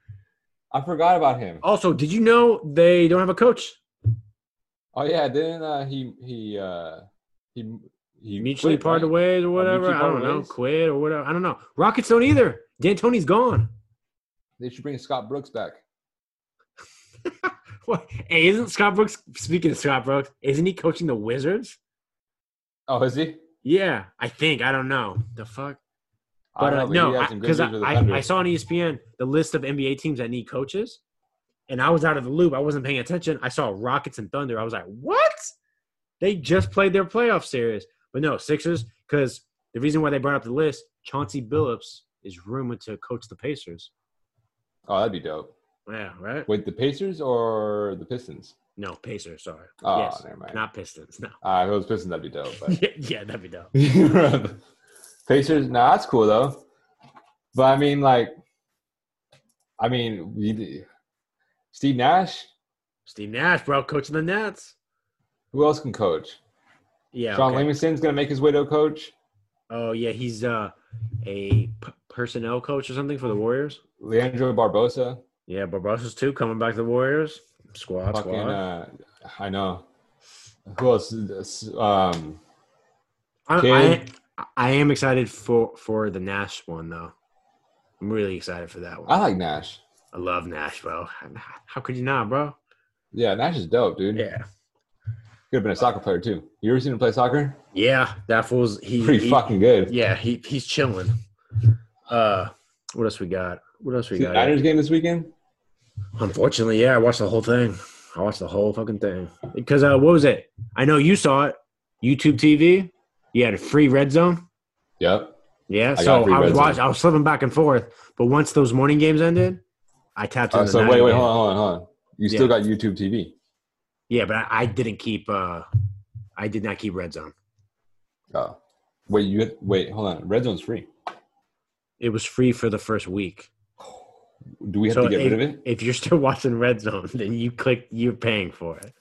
S2: I forgot about him.
S1: Also, did you know they don't have a coach?
S2: Oh yeah, didn't uh, he he uh he he
S1: Mutually
S2: quit,
S1: parted
S2: right?
S1: ways or
S2: mutually
S1: whatever. I
S2: parted
S1: don't know.
S2: ways?
S1: Quit or whatever. I don't know. Rockets don't either. D'Antoni's gone.
S2: They should bring Scott Brooks back.
S1: What? Hey, isn't Scott Brooks? Speaking of Scott Brooks, isn't he coaching the Wizards?
S2: Oh, is he?
S1: Yeah, I think. I don't know. The fuck. But
S2: I
S1: uh,
S2: don't know, but he
S1: no,
S2: had some good
S1: because I,
S2: years with the
S1: I,
S2: Thunder.
S1: I saw on E ESPN the list of NBA teams that need coaches, and I was out of the loop. I wasn't paying attention. I saw Rockets and Thunder. I was like, what? They just played their playoff series. But no, Sixers, because the reason why they brought up the list, Chauncey Billups is rumored to coach the Pacers.
S2: Oh, that'd be dope.
S1: Yeah, right?
S2: Wait, the Pacers or the Pistons?
S1: No, Pacers, sorry.
S2: Oh,
S1: yes,
S2: never mind.
S1: not Pistons. No.
S2: Uh, if it was Pistons, that'd be dope.
S1: yeah, yeah, that'd be dope.
S2: But Pacers, no, that's cool though. But I mean, like, I mean, you- Steve Nash.
S1: Steve Nash, bro, coaching the Nets.
S2: Who else can coach?
S1: Yeah.
S2: Sean
S1: okay.
S2: Livingston's gonna make his way to a coach.
S1: Oh yeah, he's uh, a p- personnel coach or something for the Warriors.
S2: Leandro Barbosa.
S1: Yeah, Barbosa's too coming back to the Warriors squad.
S2: Fucking,
S1: squad.
S2: uh, I know. Who else? is- Um,
S1: I,
S2: kid.
S1: I I am excited for for the Nash one though. I'm really excited for that one.
S2: I like Nash.
S1: I love Nash, bro. How could you not, bro?
S2: Yeah, Nash is dope, dude.
S1: Yeah,
S2: Could have been a soccer player too. You ever seen him play soccer?
S1: yeah. That fool's he.
S2: Pretty
S1: he-
S2: fucking good.
S1: Yeah, he he's chilling. Uh, what else we got? What else we
S2: See the
S1: got?
S2: Niners game this weekend.
S1: Unfortunately, yeah, I watched the whole thing. I watched the whole fucking thing because uh, what was it? I know you saw it, YouTube TV. You had a free red zone.
S2: Yep.
S1: Yeah,
S2: got
S1: so
S2: free
S1: I was
S2: Red Zone.
S1: watching. I was flipping back and forth, but once those morning games ended, I tapped
S2: Uh,
S1: into
S2: so
S1: the
S2: wait,
S1: night
S2: wait,
S1: game.
S2: hold on, hold on, hold on. You still got YouTube TV.
S1: Yeah, but I, I didn't keep. uh I did not keep red zone.
S2: Oh, wait, you had- wait, hold on. Red Zone's free.
S1: It was free for the first week.
S2: Do we have
S1: So
S2: to get rid of it?
S1: If you're still watching red zone, then you click. You're paying for it.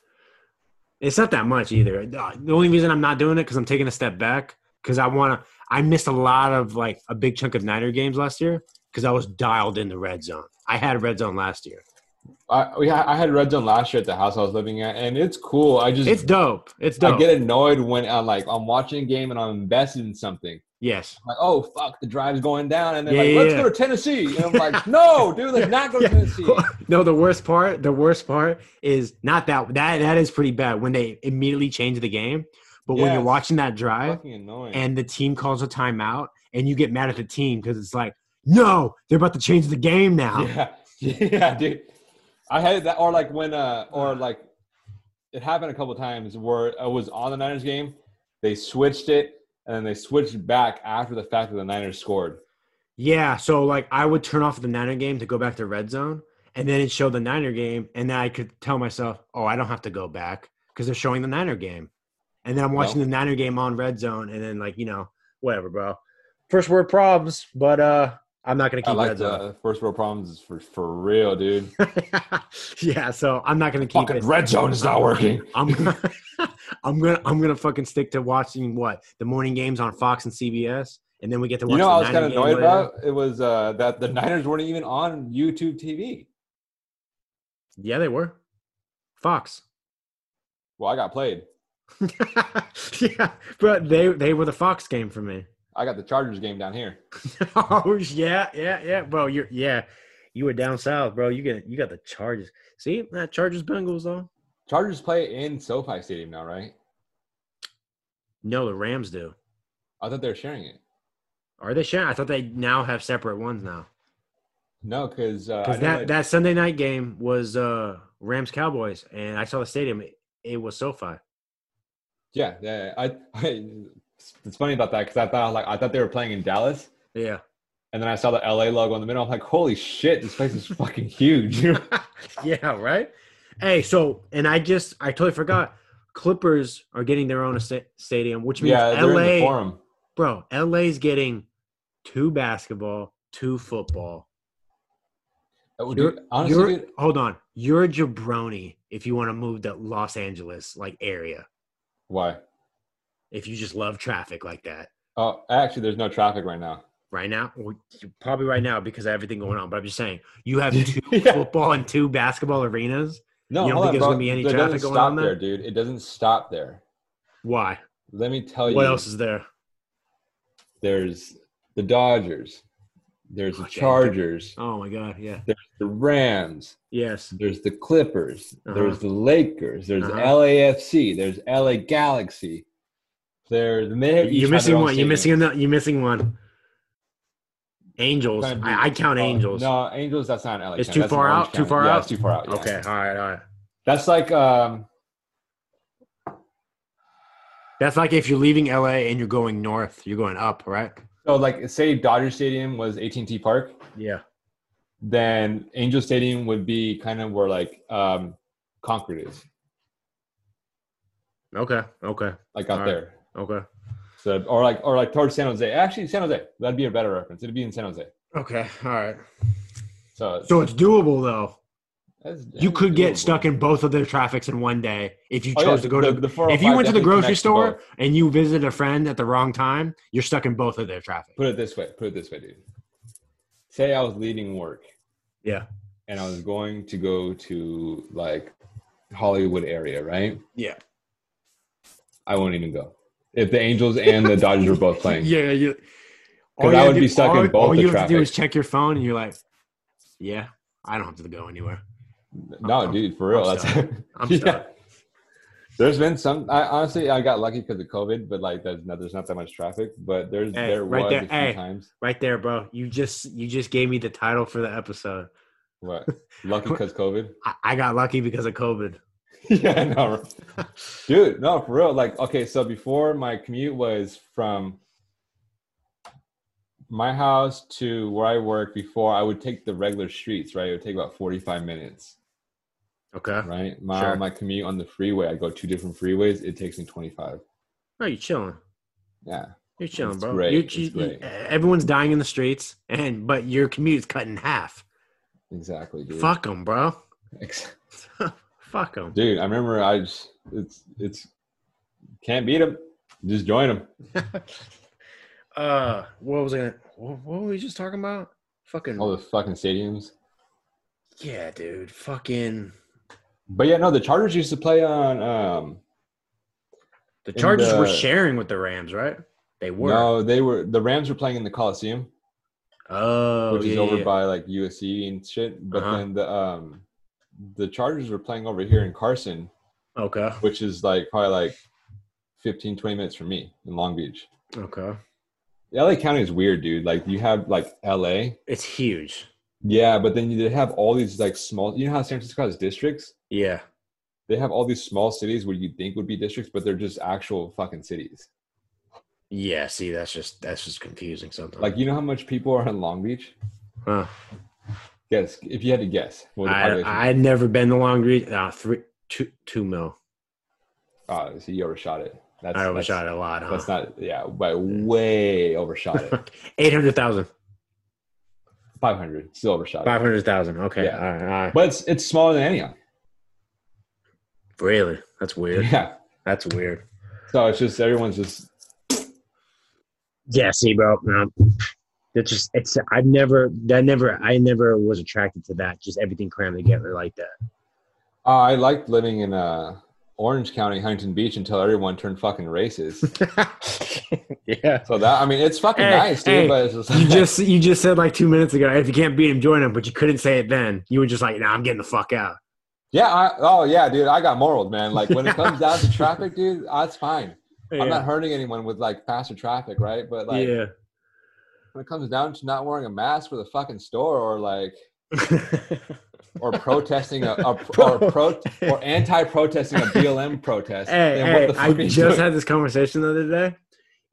S1: It's not that much either. Uh, The only reason I'm not doing it because I'm taking a step back because I want to. I missed a lot of like a big chunk of Niner games last year because I was dialed in the red zone. I had red zone last year.
S2: I, we, I had Red Zone last year at the house I was living at, and it's cool. I just
S1: It's dope. It's dope.
S2: I get annoyed when I like I'm watching a game and I'm invested in something.
S1: Yes.
S2: I'm like, oh fuck, the drive's going down, and they're
S1: Yeah,
S2: like,
S1: yeah,
S2: let's
S1: yeah.
S2: go to Tennessee. And I'm like, no, dude, let's not go to
S1: Yeah.
S2: Tennessee.
S1: no, the worst part, the worst part is not that that that is pretty bad when they immediately change the game. But when you're
S2: Yes.
S1: watching that drive
S2: Fucking annoying.
S1: and the team calls a timeout and you get mad at the team because it's like, no, they're about to change the game now.
S2: Yeah, yeah, dude. I had that, or like when, uh, or like it happened a couple times where I was on the Niners game, they switched it, and then they switched back after the fact that the Niners scored.
S1: Yeah, so like I would turn off the Niner game to go back to red zone, and then it showed the Niner game, and then I could tell myself, oh, I don't have to go back because they're showing the Niner game, and then I'm watching the Niner game on red zone, and then like you know whatever, bro. First word problems, but uh, I'm not gonna
S2: I
S1: keep
S2: like
S1: red zone.
S2: the first world problems is for for real, dude.
S1: yeah, so I'm not gonna keep
S2: Fucking
S1: it.
S2: red zone is not working.
S1: I'm gonna, I'm gonna I'm gonna fucking stick to watching what the morning games on Fox and CBS, and then we get to watch.
S2: You know,
S1: the
S2: what I was
S1: Niner
S2: kind of
S1: game
S2: annoyed
S1: later.
S2: about it was uh, that the Niners weren't even on YouTube TV.
S1: Yeah, they were. Fox.
S2: Well, I got played.
S1: yeah, but they they were the Fox game for me.
S2: I got the Chargers game down here.
S1: oh yeah, yeah, yeah, bro. You're yeah, you were down south, bro. You get you got the Chargers. See that Chargers Bengals though?
S2: Chargers play in SoFi Stadium now, right?
S1: No, the Rams do.
S2: I thought they were sharing it.
S1: Are they sharing? I thought they now have separate ones now.
S2: No, because uh, I
S1: Because
S2: know
S1: that, that Sunday night game was uh, Rams Cowboys, and I saw the stadium. It, it was SoFi.
S2: Yeah, yeah. I, I it's funny about that because I thought like I thought they were playing in Dallas,
S1: Yeah.
S2: and then I saw the LA logo in the middle. I'm like, holy shit, this place is fucking huge.
S1: yeah, right? Hey, so, and I just, I totally forgot. Clippers are getting their own sta- stadium, which means
S2: yeah, they're in
S1: LA,
S2: the forum.
S1: bro, LA's getting two basketball, two football.
S2: Oh,
S1: You're-
S2: dude, honestly,
S1: You're-
S2: dude,
S1: hold on. You're a jabroni if you want to move to Los Angeles, like area,
S2: why?
S1: if you just love traffic like that.
S2: Oh, actually, there's no traffic right now.
S1: right now, well, probably right now because of everything going on. But I'm just saying, you have two
S2: yeah.
S1: football and two basketball arenas.
S2: No,
S1: You don't
S2: hold
S1: think
S2: on,
S1: there's
S2: bro.
S1: gonna be any
S2: It doesn't
S1: traffic going
S2: stop
S1: on there?
S2: there, dude. It doesn't stop there.
S1: Why?
S2: Oh, Let me tell you.
S1: What else is there?
S2: There's the Dodgers, There's the
S1: Okay.
S2: Chargers,
S1: Oh my God. Yeah.
S2: the Rams,
S1: Yes.
S2: there's the Clippers,
S1: Uh-huh.
S2: there's the Lakers, there's
S1: Uh-huh.
S2: LAFC, there's LA Galaxy. There's and they have each
S1: You're
S2: have
S1: missing
S2: their own
S1: one. You're
S2: stadium.
S1: missing another. You're missing one. Angels.
S2: Kinda
S1: I, I count
S2: Uh,
S1: angels.
S2: No, Angels. That's not in LA.
S1: It's
S2: County,
S1: too
S2: that's in
S1: far
S2: Orange
S1: out? Too
S2: County.
S1: far
S2: Yeah,
S1: out?
S2: It's too far out. yeah.
S1: Okay. All right. All right.
S2: That's like um,
S1: That's like if you're leaving LA and you're going north, you're going up, right?
S2: so like say Dodger Stadium was AT&T Park.
S1: Yeah.
S2: then Angel Stadium would be kind of where like um Concord is,
S1: Okay. Okay.
S2: like out
S1: All right.
S2: there.
S1: Okay.
S2: So or like or like towards San Jose. Actually, San Jose. That'd be a better reference. It'd be in San Jose.
S1: Okay. All right.
S2: So,
S1: So it's doable though.
S2: that's-
S1: You
S2: that's
S1: could get
S2: doable.
S1: stuck in both of their traffics in one day if you
S2: Oh,
S1: chose
S2: yeah,
S1: to go to
S2: the, the
S1: if you
S2: 405
S1: went to the
S2: definitely
S1: grocery
S2: connects to
S1: store
S2: both.
S1: and you visited a friend at the wrong time, you're stuck in both of their traffic.
S2: Put it this way. Put it this way, dude. Say I was leaving work
S1: Yeah.
S2: and I was going to go to like Hollywood area, right?
S1: Yeah.
S2: I won't even go if the Angels and the Dodgers were both playing.
S1: Yeah. You,
S2: 'Cause
S1: all you
S2: I
S1: have
S2: would
S1: to
S2: be
S1: do-
S2: stuck in
S1: all-
S2: both
S1: All
S2: the
S1: you have to do
S2: traffic.
S1: is check your phone, and you're like, "Yeah, I don't have to go anywhere.
S2: No, dude, for real.
S1: I'm
S2: That's
S1: I'm
S2: Yeah.
S1: stuck."
S2: There's been some. I honestly, I got lucky because of COVID, but like, there's not there's not that much traffic. But there's
S1: Hey,
S2: there
S1: right
S2: was
S1: there.
S2: a few
S1: Hey.
S2: times.
S1: Right there, bro. You just you just gave me the title for the episode.
S2: What lucky because COVID?
S1: I, I got lucky because of COVID.
S2: yeah, no, dude, no, for real. Like, okay, so before my commute was from my house to where I work. Before I would take the regular streets. Right, it would take about 45 minutes.
S1: Okay.
S2: Right, my
S1: Sure.
S2: my commute on the freeway. I go two different freeways. It takes me 25.
S1: No, you're chilling.
S2: Yeah,
S1: You're chilling,
S2: It's
S1: bro.
S2: great.
S1: You're,
S2: It's
S1: you- you-
S2: great.
S1: Everyone's dying in the streets, and but your commute's cut in half.
S2: exactly, dude.
S1: Fuck 'em, bro.
S2: Ex-
S1: Fuck 'em.
S2: dude i remember i just it's it's can't beat them just join them
S1: Uh, what was I? Gonna, what, what were we just talking about? Fucking
S2: all the fucking stadiums
S1: yeah, dude. Fucking
S2: but yeah no the chargers used to play on um
S1: the Chargers were
S2: the-
S1: sharing with the Rams, right? They were.
S2: uh, no they were the rams were playing in the coliseum
S1: oh,
S2: which
S1: yeah,
S2: is over
S1: yeah.
S2: by like usc and shit but
S1: Uh-huh.
S2: then the um the chargers were playing over here in carson
S1: okay,
S2: which is like probably like 15 20 minutes from me in long beach
S1: okay.
S2: la county is weird dude like you have like la
S1: It's huge.
S2: yeah but then you have all these like small you know how san francisco has districts
S1: Yeah,
S2: they have all these small cities where you think would be districts, but they're just actual fucking cities.
S1: yeah. See, that's just that's just confusing sometimes.
S2: Like you know how much people are in Long Beach?
S1: huh.
S2: Guess if you had to guess. What the
S1: I
S2: population-
S1: I had never been to Long Beach. Uh, three two two mil.
S2: oh, see, you overshot it. That's,
S1: I
S2: that's-
S1: overshot it Uh-huh. a lot. Huh?
S2: That's not yeah, but way overshot it.
S1: Eight hundred thousand.
S2: Five hundred, still overshot. It.
S1: Five hundred thousand. Okay.
S2: Yeah.
S1: All right. All right.
S2: But it's it's smaller than Antioch.
S1: Really? That's weird.
S2: Yeah.
S1: That's weird.
S2: So it's just everyone's just
S1: Yeah. See, bro. Um, that just it's. I've never. That never. I never was attracted to that. Just everything crammed together like that.
S2: oh, I liked living in uh Orange County, Huntington Beach until everyone turned fucking racist.
S1: yeah.
S2: so that I mean it's fucking
S1: Hey,
S2: nice, dude,
S1: hey,
S2: but it's just
S1: You just you just said like two minutes ago. If you can't beat him, join him. But you couldn't say it then. You were just like, "Nah, I'm getting the fuck out."
S2: Yeah, I, oh yeah, dude, I got morals, man. Like when it comes down to traffic, dude, that's fine.
S1: Yeah.
S2: I'm not hurting anyone with like faster traffic, right? But like
S1: yeah.
S2: when it comes down to not wearing a mask for the fucking store, or like or protesting a, a or pro or anti-protesting a BLM protest,
S1: hey,
S2: then
S1: hey,
S2: what the fuck
S1: I
S2: are you
S1: just
S2: doing?
S1: had this conversation the other day.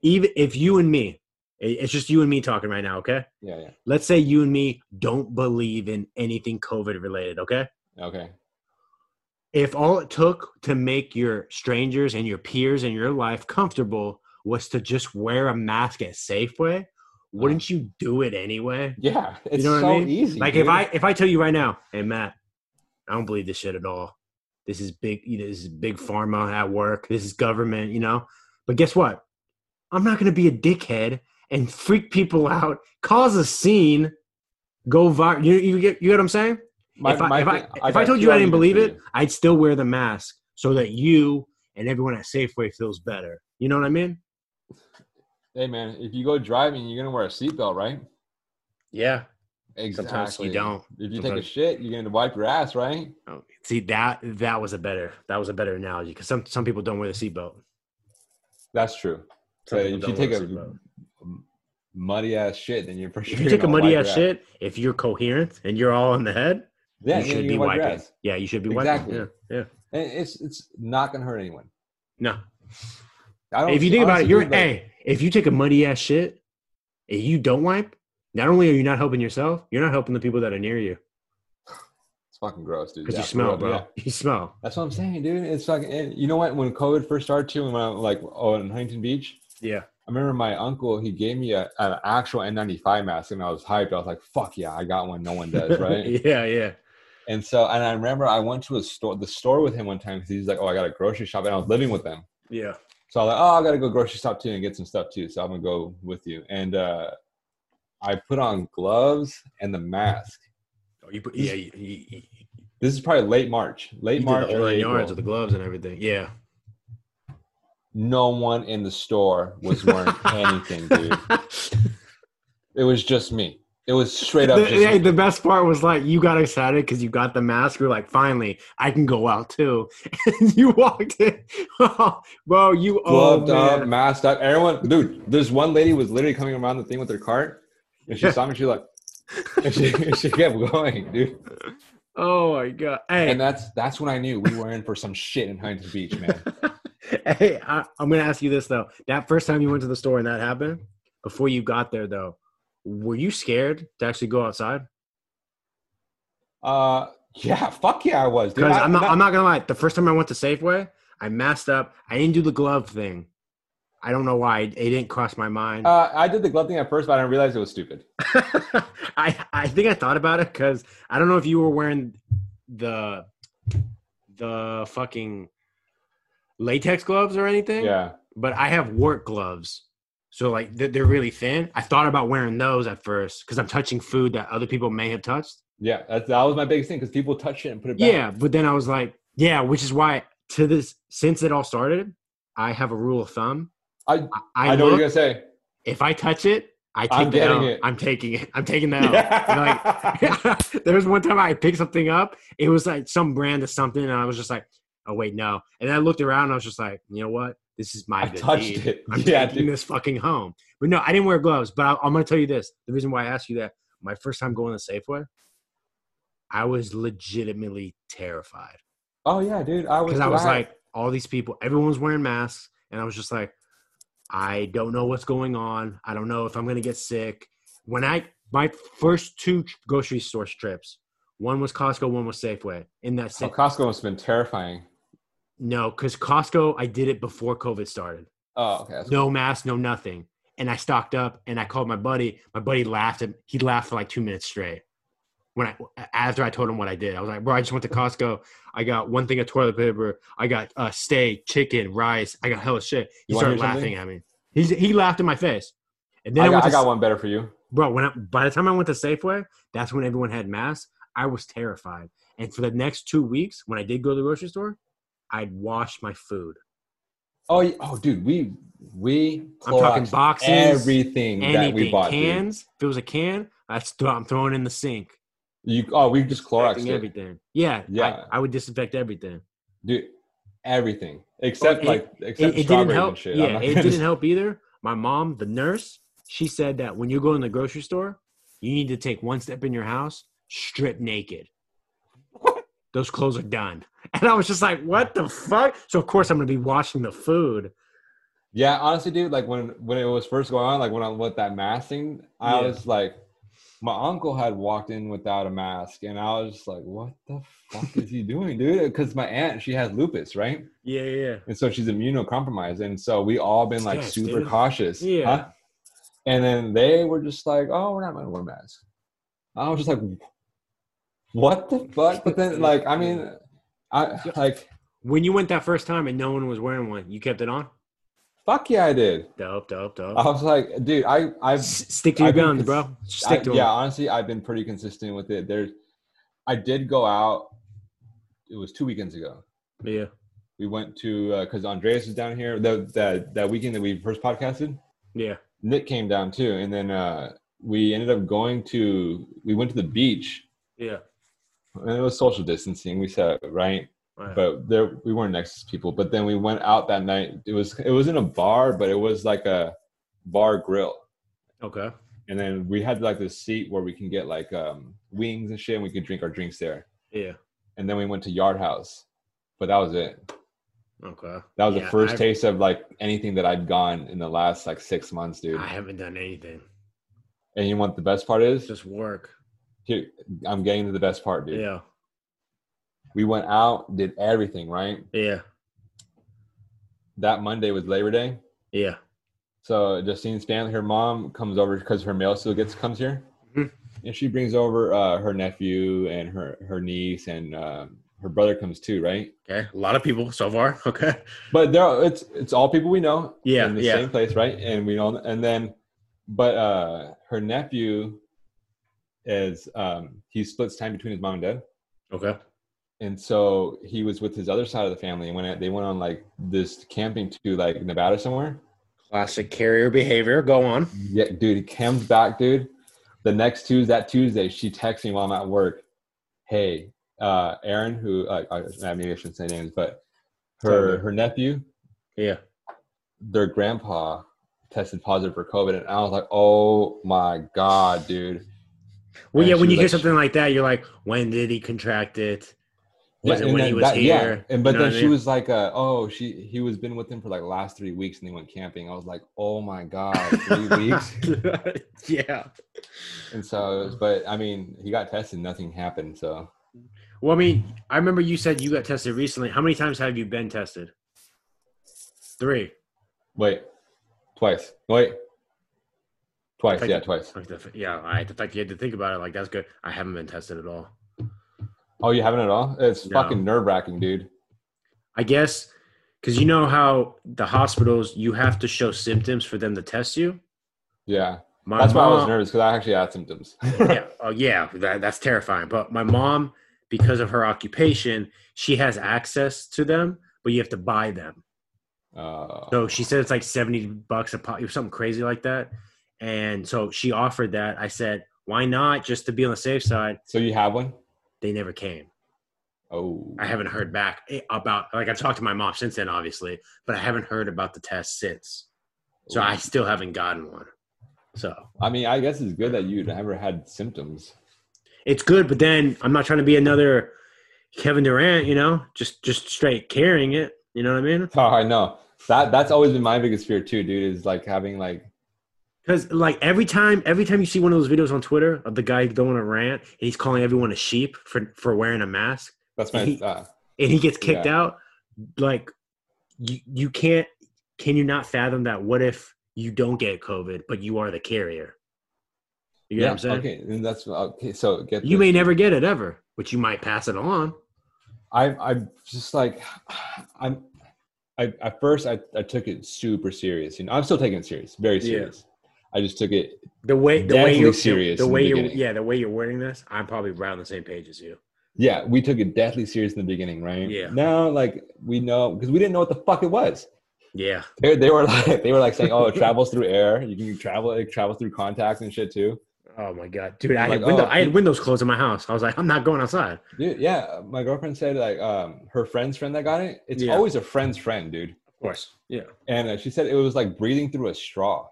S1: Even if you and me, i- it's just you and me talking right now, okay?
S2: yeah,
S1: Let's say you and me don't believe in anything COVID related, okay?
S2: yeah, okay,
S1: If all it took to make your strangers and your peers in your life comfortable was to just wear a mask at Safeway, wouldn't you do it anyway?
S2: yeah, it's
S1: know what I
S2: so
S1: mean?
S2: easy.
S1: Like
S2: dude.
S1: if I if I tell you right now, hey Matt, I don't believe this shit at all. This is big. You know, this is big pharma at work. This is government. You know. But guess what? I'm not gonna be a dickhead and freak people out, cause a scene, go viral. You you get you get what I'm saying?
S2: My-
S1: if I,
S2: my
S1: if, I,
S2: thing-
S1: if
S2: got
S1: I told
S2: two
S1: you I didn't
S2: arguments
S1: believe
S2: for
S1: it,
S2: you.
S1: I'd still wear the mask so that you and everyone at Safeway feels better. You know what I mean?
S2: hey man, if you go driving, you're gonna wear a seatbelt, right?
S1: Yeah.
S2: Exactly.
S1: Sometimes you don't.
S2: If you take a
S1: Sometimes-
S2: shit, you're gonna wipe your ass, right?
S1: Oh, See that that was a better that was a better analogy because some some people don't wear the seatbelt.
S2: That's true.
S1: Some
S2: So
S1: people
S2: if you
S1: don't wear
S2: take a
S1: the seatbelt.
S2: muddy ass shit, then you're for sure.
S1: if you take a
S2: gonna
S1: muddy
S2: wipe
S1: ass
S2: your
S1: shit, if you're coherent and you're all in the head,
S2: yeah,
S1: you
S2: then
S1: should
S2: you're
S1: be
S2: gonna wipe your
S1: wiping.
S2: ass.
S1: Yeah, you should be
S2: Exactly.
S1: wiping. Yeah, yeah.
S2: And it's it's not gonna hurt anyone.
S1: No,
S2: I don't
S1: if you think about it,
S2: honestly,
S1: you're
S2: dude, like,
S1: hey. If you take a muddy ass shit, and you don't wipe, not only are you not helping yourself, you're not helping the people that are near you
S2: It's fucking gross, dude.
S1: because
S2: Yeah,
S1: you smell,
S2: yeah.
S1: bro. You smell.
S2: That's what I'm saying, dude. It's like, and you know what? When COVID first started, too, when I was like, oh, in Huntington Beach,
S1: Yeah,
S2: I remember my uncle, he gave me a, an actual N95 mask and I was hyped. I was like, fuck yeah, I got one. No one does, right?
S1: yeah, yeah.
S2: and so, and I remember I went to a store, the store with him one time because he's like, oh, I got a grocery shop and I was living with them.
S1: Yeah.
S2: So I was like, oh, I got to go grocery shop too and get some stuff too. So I'm going to go with you. And uh, I put on gloves and the mask.
S1: Oh, you put, yeah, you, you, you,
S2: This is probably late March,
S1: you
S2: late
S1: did the
S2: March,
S1: whole
S2: early
S1: nine yards
S2: April.
S1: with the gloves and everything. Yeah.
S2: No one in the store was wearing anything, dude. It was just me. It was straight up
S1: the,
S2: just
S1: hey,
S2: me.
S1: the best part was like you got excited because you got the mask. You're like, finally, I can go out too. And you walked in, bro. You oh
S2: gloved up,
S1: man,
S2: masked up. Everyone, dude, this one lady was literally coming around the thing with her cart, and she saw me. She like, and she, and she kept going, dude.
S1: oh my god. Hey,
S2: And that's that's when I knew we were in for some shit in Huntington Beach, man.
S1: hey, I, I'm gonna ask you this though. That first time you went to the store and that happened, before you got there though, were you scared to actually go outside?
S2: Uh, yeah, fuck yeah, I was, dude.
S1: Because
S2: I-
S1: I'm not,
S2: not-
S1: I'm not gonna lie. The first time I went to Safeway, I messed up. I didn't do the glove thing. I don't know why. It, it didn't cross my mind.
S2: uh, I did the glove thing at first, but I didn't realize it was stupid.
S1: I I think I thought about it because I don't know if you were wearing the the fucking latex gloves or anything.
S2: Yeah,
S1: But I have work gloves, so like they're, they're really thin. I thought about wearing those at first because I'm touching food that other people may have touched.
S2: yeah, that, that was my biggest thing because people touch it and put it back.
S1: Yeah, but then I was like, yeah, which is why to this since it all started, I have a rule of thumb.
S2: I
S1: I,
S2: I, know what
S1: look-
S2: you're gonna say.
S1: if I touch it, I take
S2: I'm
S1: the
S2: getting
S1: L.
S2: it.
S1: I'm taking it. I'm taking that. L. there was one time I picked something up. It was like some brand of something, and I was just like, "Oh wait, no." And I looked around, and I was just like, "You know what? This is my
S2: I
S1: good
S2: touched
S1: deed.
S2: it.
S1: I'm
S2: yeah,
S1: taking
S2: dude.
S1: this fucking home." But no, I didn't wear gloves. But I, I'm going to tell you this: the reason why I asked you that, my first time going to Safeway, I was legitimately terrified
S2: Oh yeah, dude. I was.
S1: because I was
S2: glad.
S1: like, all these people, everyone was wearing masks, and I was just like, I don't know what's going on. I don't know if I'm gonna get sick. When I my first two grocery store trips, one was Costco, one was Safeway. In that
S2: oh,
S1: same,
S2: Costco must have been terrifying.
S1: no, because Costco, I did it before COVID started.
S2: Oh, okay. that's-
S1: No mask, no nothing, and I stocked up. And I called my buddy. My buddy laughed. At, he laughed for like two minutes straight. When I after I told him what I did, I was like, "Bro, I just went to Costco. I got one thing of toilet paper. I got uh, steak, chicken, rice. I got hella shit." He
S2: You wanna
S1: started
S2: hear something?
S1: laughing at me. He he laughed in my face. And then I,
S2: I, got,
S1: went
S2: I
S1: to,
S2: got one better for you.
S1: bro. When I, by the time I went to Safeway, that's when everyone had masks. I was terrified. And for the next two weeks, when I did go to the grocery store, I'd wash my food.
S2: Oh, yeah. oh, dude, we we
S1: I'm talking
S2: Cloroxed
S1: boxes,
S2: everything that we
S1: anything.
S2: bought. dude.
S1: Cans. If it was a can, I th- I'm throwing it in the sink.
S2: You oh, we just Cloroxed
S1: Disinfecting
S2: it.
S1: everything. Yeah,
S2: Yeah.
S1: I, I would disinfect everything.
S2: dude, everything except
S1: Oh, it-
S2: like
S1: It,
S2: except
S1: it didn't
S2: strawberries
S1: help.
S2: and shit. I'm
S1: Yeah,
S2: not
S1: it
S2: gonna-
S1: didn't help either. My mom, the nurse, she said that when you go in the grocery store, you need to take one step in your house, strip naked. Those clothes are done. And I was just like, what the fuck? So of course I'm gonna be washing the food.
S2: Yeah, honestly, dude, like when when it was first going on, like when I with that mask thing, I
S1: Yeah.
S2: was like, my uncle had walked in without a mask, and I was just like, what the fuck is he doing, dude? Because my aunt, she has lupus, right?
S1: Yeah, yeah.
S2: and so she's immunocompromised and so we all been like
S1: Yes,
S2: super
S1: dude.
S2: cautious
S1: Yeah.
S2: and then they were just like oh we're not gonna wear masks i was just like what the fuck but then like i mean i like
S1: When you went that first time and no one was wearing one, you kept it on?
S2: fuck yeah i did
S1: Dope, dope, dope.
S2: i was like dude Um, i i've
S1: S- stick to your
S2: I've been
S1: guns,
S2: cons-
S1: bro.
S2: I,
S1: Stick to 'em.
S2: yeah honestly i've been pretty consistent with it there's i did go out it was two weekends ago
S1: Yeah.
S2: we went to because andreas was down here the, that that weekend that we first podcasted
S1: Yeah.
S2: Nick came down too, and then uh, we ended up going to we went to the beach
S1: Yeah.
S2: and it was social distancing. We sat right,
S1: Right.
S2: but there we weren't next to people. But then we went out that night. It was it was in a bar, but it was like a bar grill.
S1: okay.
S2: And then we had like this seat where we can get like um, wings and shit, and we could drink our drinks there.
S1: Yeah.
S2: And then we went to Yard House, but that was it.
S1: Okay.
S2: That was
S1: Yeah,
S2: the first
S1: I-
S2: taste of like anything that I'd gone in the last like six months, dude.
S1: I haven't done anything.
S2: And you know what the best part is?
S1: It's just work.
S2: Here, I'm getting to the best part, dude.
S1: Yeah.
S2: We went out, did everything, right?
S1: Yeah.
S2: That Monday was Labor Day.
S1: Yeah.
S2: So Justine Stanley, her mom comes over because her mail still gets comes here,
S1: Mhm.
S2: and she brings over uh, her nephew and her her niece and uh, her brother comes too, right?
S1: Okay. A lot of people so far. Okay.
S2: But there, it's it's all people we know.
S1: Yeah,
S2: in the
S1: yeah.
S2: same place, right? And we all and then, but uh, her nephew is um, he splits time between his mom and dad.
S1: Okay.
S2: and so he was with his other side of the family and when they went on like this camping to like nevada somewhere
S1: Classic carrier behavior. Go on.
S2: yeah dude he comes back dude the next tuesday that tuesday she texts me while i'm at work hey uh aaron who uh, i maybe i shouldn't say names but her
S1: Totally.
S2: her nephew
S1: Yeah.
S2: their grandpa tested positive for covid and i was like oh my god dude
S1: Well,
S2: And
S1: yeah. When
S2: she was
S1: you hear
S2: like-
S1: something like that, you're like, when did he contract it? Was it
S2: and
S1: when
S2: then
S1: he was here?
S2: And but
S1: You know
S2: then
S1: what I
S2: she
S1: mean?
S2: was like, uh, "Oh, she he was been with him for like last three weeks, and they went camping." I was like, "Oh my god, three weeks!"
S1: yeah.
S2: And so, it was, but I mean, he got tested, nothing happened. So
S1: Well, I mean, I remember you said you got tested recently. How many times have you been tested? Three.
S2: wait, twice, wait, twice,
S1: Thank
S2: yeah,
S1: you.
S2: twice.
S1: Like the, f- yeah, all right. The fact you had to think about it, like that's good. I haven't been tested at all.
S2: Oh, you haven't at all? It's
S1: No.
S2: fucking nerve wracking, dude.
S1: I guess because you know how the hospitals you have to show symptoms for them to test you.
S2: Yeah,
S1: My
S2: that's why I was
S1: mom-
S2: nervous because I actually had symptoms.
S1: yeah, oh yeah, that, that's terrifying. But my mom, because of her occupation, she has access to them, but you have to buy them.
S2: uh,
S1: So she said it's like seventy bucks a pop, or something crazy like that. And so she offered that. I said, why not, just to be on the safe side.
S2: so you have one?
S1: They never came.
S2: Oh,
S1: I haven't heard back eh, about like I've talked to my mom since then, obviously, but I haven't heard about the test since. So I still haven't gotten one. So
S2: I mean, I guess it's good that you never had symptoms.
S1: it's good, but then I'm not trying to be another Kevin Durant, you know, just just straight carrying it. You know what I mean?
S2: Oh, I know. That that's always been my biggest fear too, dude. Is like having like
S1: Because like every time, every time you see one of those videos on Twitter of the guy going a rant and he's calling everyone a sheep for for wearing a mask,
S2: that's my
S1: He-
S2: uh,
S1: and he gets kicked out, like you you can't can you not fathom that? What if you don't get COVID, but you are the carrier? You get what I'm saying?
S2: Okay, and that's okay. So get
S1: You
S2: this.
S1: may never get it ever, but you might pass it on.
S2: I'm I'm just like I'm. I at first I I took it super serious. You know, I'm still taking it serious, very
S1: Yeah.
S2: serious. I just took it.
S1: The way the way
S2: Definitely
S1: you're
S2: serious
S1: the
S2: in
S1: way
S2: the
S1: you're
S2: beginning.
S1: yeah the way you're wording this, I'm probably right on the same page as you.
S2: Yeah, we took it deathly serious in the beginning, right?
S1: Yeah.
S2: Now, like we know because we didn't know what the fuck it was.
S1: Yeah,
S2: They, they were like they were like saying, "Oh, it travels through air. You can travel. It travels through contact and shit too."
S1: Oh my god, dude! I
S2: Like,
S1: had window,
S2: oh,
S1: I had
S2: he-
S1: windows closed in my house. I was like, I'm not going outside.
S2: Dude, yeah, my girlfriend said like um her friend's friend that got it. It's
S1: Yeah.
S2: always a friend's friend, dude.
S1: Of course. Yeah.
S2: And uh, she said it was like breathing through a straw.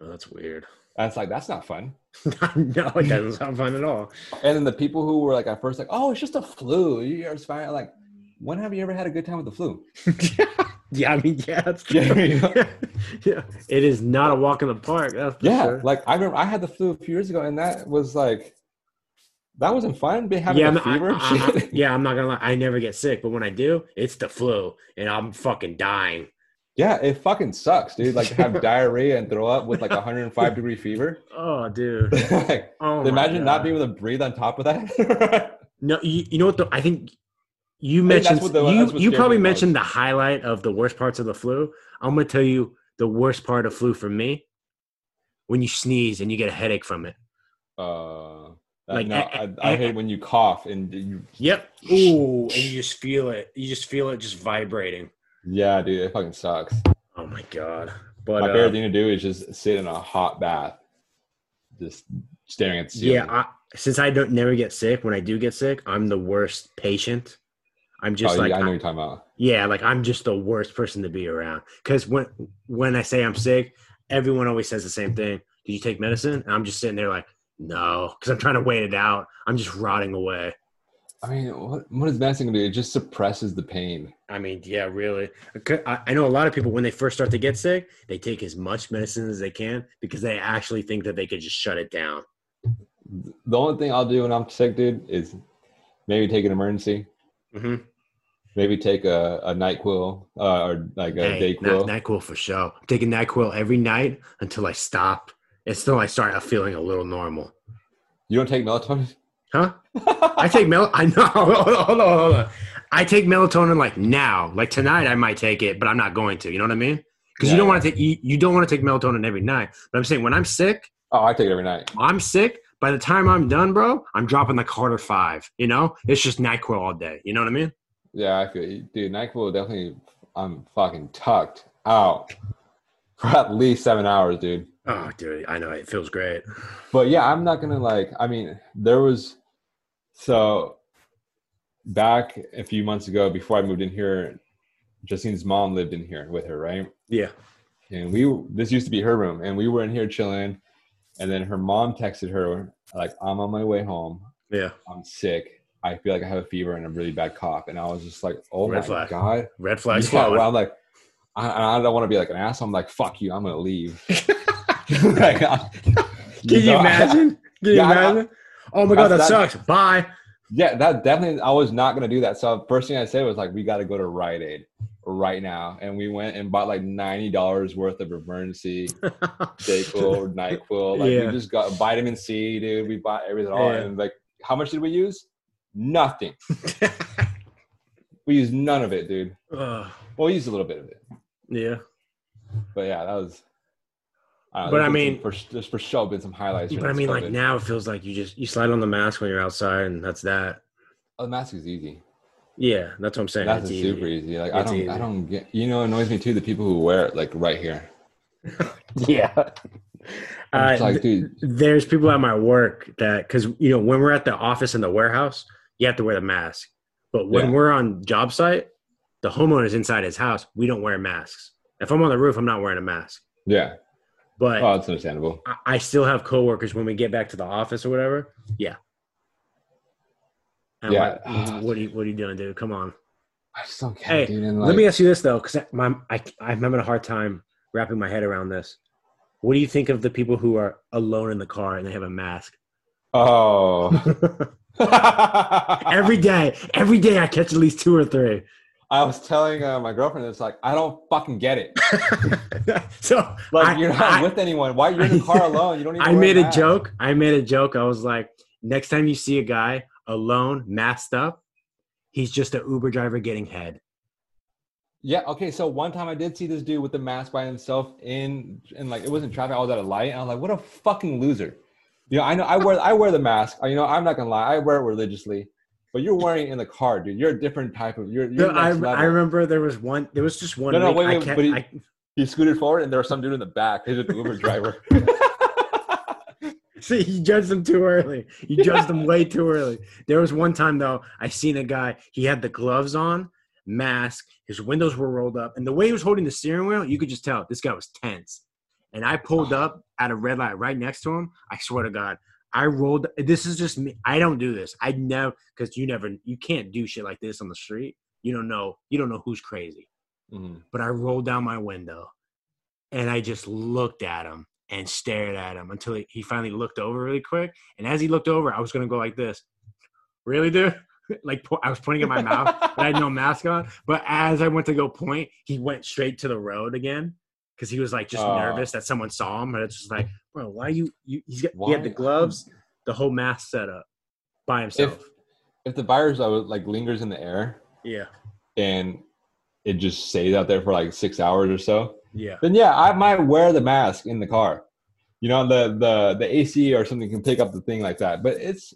S1: Oh, that's weird.
S2: And it's like that's not fun.
S1: no, it doesn't sound fun at all.
S2: And then the people who were like at first like, oh, it's just a flu. You're just fine. Like, when have you ever had a good time with the flu?
S1: yeah, I mean, yeah, that's true.
S2: Yeah, I mean,
S1: yeah. it is not a walk in the park. That's for
S2: Yeah,
S1: sure.
S2: like I remember I had the flu a few years ago, and that was like, that wasn't fun. Been having
S1: yeah,
S2: a
S1: I'm, I-
S2: fever. and
S1: I- I-
S2: shit.
S1: yeah, I'm not gonna lie. I never get sick, but when I do, it's the flu, and I'm fucking dying.
S2: yeah, it fucking sucks, dude. Like to have diarrhea and throw up with like 105 degree fever.
S1: Oh, dude.
S2: like,
S1: Oh, my
S2: imagine not
S1: God.
S2: being able to breathe on top of that.
S1: No, you, you know what? Though I think you
S2: think that's
S1: mentioned
S2: what the- that's
S1: you
S2: what
S1: you
S2: scared me
S1: probably
S2: the most.
S1: mentioned the highlight of the worst parts of the flu. I'm gonna tell you the worst part of flu for me when you sneeze and you get a headache from it.
S2: Uh,
S1: Like,
S2: like, no,
S1: eh, eh,
S2: I, I
S1: eh, eh.
S2: hate when you cough and you.
S1: Yep. Ooh, and you just feel it. You just feel it just vibrating.
S2: Yeah, dude, it fucking sucks.
S1: Oh my god. But
S2: My
S1: uh,
S2: favorite thing to do is just sit in a hot bath. just staring at the ceiling.
S1: Yeah, I, since I don't never get sick, when I do get sick, I'm the worst patient. I'm just
S2: oh,
S1: like
S2: yeah, I know
S1: I-
S2: you're talking about.
S1: yeah, like I'm just the worst person to be around. Because when when I say I'm sick, everyone always says the same thing. Did you take medicine? And I'm just sitting there like, no, because I'm trying to wait it out. I'm just rotting away.
S2: I mean, what, what is medicine gonna do? It just suppresses the pain.
S1: I mean, yeah, really. I cou- I I know a lot of people when they first start to get sick, they take as much medicine as they can because they actually think that they could just shut it down.
S2: The only thing I'll do when I'm sick, dude, is maybe take an emergency, Mm-hmm.
S1: hmm
S2: maybe take a, a NyQuil uh, or like a Dayquil.
S1: Nyquil for sure. I'm taking Nyquil every night until I stop. Until I start feeling a little normal.
S2: you don't take melatonin?
S1: Huh? I take mel. I know. Hold on, hold on, hold on. I take melatonin like now, like tonight. I might take it, but I'm not going to. You know what I mean? Because you
S2: Yeah,
S1: don't
S2: yeah.
S1: want to take. You, you don't want to take melatonin every night. But I'm saying when I'm sick,
S2: oh, I take it every night.
S1: I'm sick. By the time I'm done, bro, I'm dropping the Carter Five. You know, it's just Nyquil all day. You know what I mean?
S2: Yeah, I feel you. dude. Nyquil definitely. I'm fucking tucked out for at least seven hours, dude.
S1: Oh, dude, I know it feels great.
S2: But yeah, I'm not gonna like. I mean, there was so back a few months ago before I moved in here. Justine's mom lived in here with her, right?
S1: Yeah.
S2: and we this used to be her room and we were in here chilling and then her mom texted her like i'm on my way home
S1: Yeah.
S2: i'm sick i feel like i have a fever and a really bad cough and i was just like oh
S1: Red
S2: my
S1: flag.
S2: god
S1: Red flags.
S2: yeah,
S1: flowing.
S2: well, i'm like i, I don't want to be like an asshole i'm like fuck you i'm gonna leave Like, I-
S1: Can you
S2: know, I-
S1: imagine? Can you
S2: Yeah, I-
S1: imagine? Oh my god, that
S2: That's not-
S1: sucks. Bye.
S2: yeah that definitely i was not gonna do that so first thing i said was like we gotta go to rite aid right now and we went and bought like $90 worth of emergency Dayquil, Nyquil. Like
S1: Yeah.
S2: we just got vitamin C, dude. We bought everything all,
S1: Yeah.
S2: and like how much did we use? Nothing. We used none of it, dude.
S1: Ugh.
S2: Well, we used a little bit of it,
S1: yeah.
S2: but yeah, that was. don't
S1: But
S2: there's
S1: I
S2: been
S1: mean-
S2: some, for, there's for sure been some highlights. during
S1: But I
S2: this
S1: mean, like
S2: COVID.
S1: now it feels like you just you slide on the mask when you're outside, and that's that.
S2: oh, the mask is easy.
S1: Yeah, that's what I'm saying.
S2: That's
S1: It's easy.
S2: super easy. Like I
S1: It's
S2: don't,
S1: easy.
S2: I don't get. You know, it annoys me too. The people who wear it like right here.
S1: Yeah.
S2: I'm
S1: Uh,
S2: just
S1: th-
S2: like, dude,
S1: there's people at my work that because you know when we're at the office in the warehouse, you have to wear the mask. But when
S2: Yeah.
S1: we're on job site, the homeowner's inside his house. We don't wear masks. If I'm on the roof, I'm not wearing a mask.
S2: yeah.
S1: But
S2: Oh, it's understandable.
S1: I, I still have coworkers when we get back to the office or whatever. Yeah. I'm
S2: Yeah.
S1: like, what are you What are you doing, dude? Come on.
S2: I just don't get
S1: Hey,
S2: it, dude. And like,
S1: Let me ask you this though, because my I, I'm having a hard time wrapping my head around this. What do you think of the people who are alone in the car and they have a mask?
S2: oh.
S1: every day, every day I catch at least two or three.
S2: I was telling uh, my girlfriend, it's like I don't fucking get it.
S1: so
S2: Like
S1: I-
S2: you're not
S1: I-
S2: with anyone. Why you're in the car alone? You don't even.
S1: I
S2: wear
S1: made a
S2: mask.
S1: joke. I made a joke. I was like, next time you see a guy alone, masked up, he's just an Uber driver getting head.
S2: Yeah. Okay. So one time I did see this dude with the mask by himself in, and like it wasn't traffic. I was at a light, and I was like, what a fucking loser. You know, I know I wear I wear the mask. You know, I'm not gonna lie, I wear it religiously. But you're wearing it in the car, dude. You're a different type of. You're. you're
S1: No, I,
S2: next level.
S1: I remember there was one. There was just one.
S2: No, no,
S1: week
S2: wait,
S1: I
S2: wait,
S1: kept-
S2: but he-
S1: I-
S2: He scooted forward, and there was some dude in the back. He's an Uber driver.
S1: See, you judged them too early. You judged them way too early. There was one time though, I seen a guy. He had the gloves on, mask. His windows were rolled up, and the way he was holding the steering wheel, you could just tell this guy was tense. And I pulled up at a red light right next to him. I swear to God, I rolled. This is just me. I don't do this. I never because you never you can't do shit like this on the street. You don't know. You don't know who's crazy.
S2: Mhm.
S1: But I rolled down my window, and I just looked at him and stared at him until he, he finally looked over really quick. And as he looked over, I was gonna go like this. Really, dude? like po- I was pointing at my mouth, but I had no mask on. But as I went to go point, he went straight to the road again because he was like just
S2: Oh.
S1: nervous that someone saw him. And it's just like, bro, why you? you he's got he
S2: Why?
S1: had the gloves, the whole mask set up by himself.
S2: If if the virus uh, like lingers in the air,
S1: yeah,
S2: and it just stays out there for like six hours or so,
S1: yeah,
S2: then yeah, I might wear the mask in the car. You know, the the the AC or something can pick up the thing like that. But it's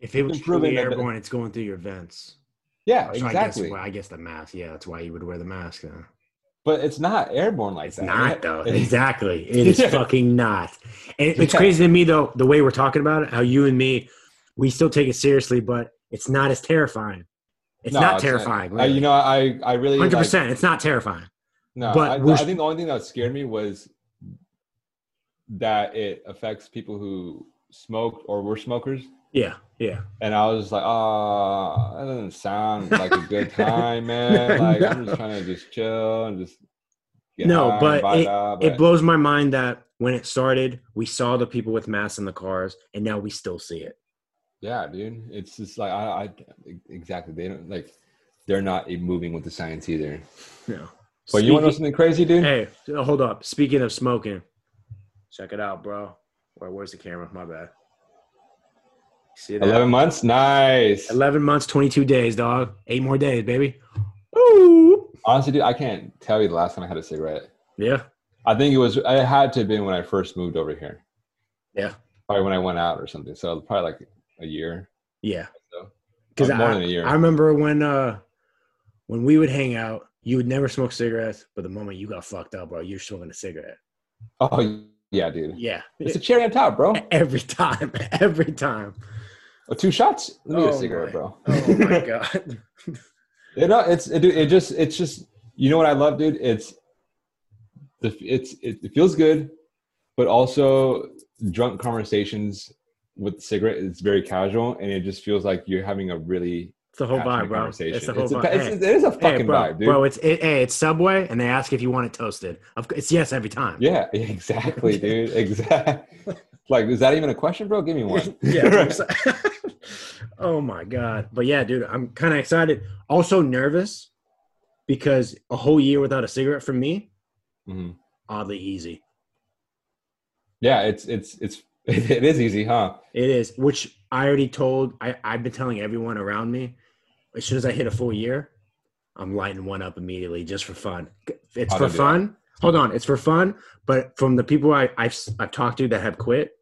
S1: if it was
S2: Improving
S1: truly
S2: the-
S1: airborne, it's going through your vents.
S2: yeah,
S1: So Oh, I guess
S2: exactly.
S1: well, I guess the mask. Yeah, that's why you would wear the mask. Then.
S2: But it's not airborne like
S1: It's
S2: that.
S1: not though.
S2: It's-
S1: Exactly. It is
S2: Yeah.
S1: fucking not. And it's
S2: Yeah.
S1: crazy to me though the way we're talking about it. How you and me, we still take it seriously, but it's not as terrifying. It's
S2: No,
S1: not
S2: it's not.
S1: terrifying.
S2: I, uh, you know, I I really
S1: hundred
S2: like,
S1: percent. It's not terrifying.
S2: No,
S1: But
S2: I,
S1: we're-
S2: I think the only thing that scared me was that it affects people who smoked or were smokers.
S1: Yeah. Yeah.
S2: And I was just like, oh, that doesn't sound like a good time, man. Like, I'm just trying to just chill and just
S1: No,
S2: high
S1: but
S2: and vibe out,
S1: It blows my mind that when it started, we saw the people with masks in the cars, and now we still see it.
S2: yeah, dude, it's just like I, I exactly they don't like they're not e-, moving with the science either.
S1: No.
S2: But you want to know
S1: Speaking-
S2: something crazy, dude?
S1: Hey, hold up. Speaking of smoking, check it out, bro. Where, where's the camera? My bad. See that?
S2: Eleven months, nice.
S1: 11 months, 22 days, dog. Eight more days, baby. Ooh.
S2: Honestly, dude, I can't tell you the last time I had a cigarette.
S1: Yeah.
S2: I think it was it had to have been when I first moved over here.
S1: Yeah.
S2: Probably when I went out or something. So probably like a year.
S1: Yeah.
S2: So,
S1: Because
S2: uh, more
S1: I,
S2: than a year.
S1: I remember when uh when we would hang out, you would never smoke cigarettes, but the moment you got fucked up, bro, you're smoking a cigarette.
S2: oh yeah, dude.
S1: Yeah.
S2: It's a cherry on top, bro.
S1: Every time. Every time.
S2: Oh, two shots. Let me get
S1: Oh,
S2: a cigarette,
S1: my.
S2: bro.
S1: Oh my god.
S2: You know, it's it, dude, it just it's just you know what I love, dude. It's the it's it, it feels good, but also drunk conversations with the cigarette is very casual, and it just feels like you're having a really
S1: It's the whole
S2: passionate
S1: vibe, bro. It's
S2: conversation.
S1: the whole
S2: it's a,
S1: vibe.
S2: pa-
S1: Hey.
S2: it's, it is a fucking
S1: hey, bro,
S2: vibe, dude.
S1: bro, it's it, hey, it's Subway, and they ask if you want it toasted. Of course, it's yes every time.
S2: Yeah, exactly, dude. Exactly. like, is that even a question, bro? Give me one.
S1: yeah.
S2: Right.
S1: so- oh my god! But yeah, dude, I'm kind of excited. Also nervous because a whole year without a cigarette for me,
S2: Mhm.
S1: oddly easy.
S2: Yeah, it's it's it's it is easy, huh?
S1: It is, which I already told. I I've been telling everyone around me. As soon as I hit a full year, I'm lighting one up immediately just for fun. It's
S2: Oh,
S1: for
S2: don't do that.
S1: fun. Hold on, it's for fun. But from the people I, I've s- I've talked to that have quit,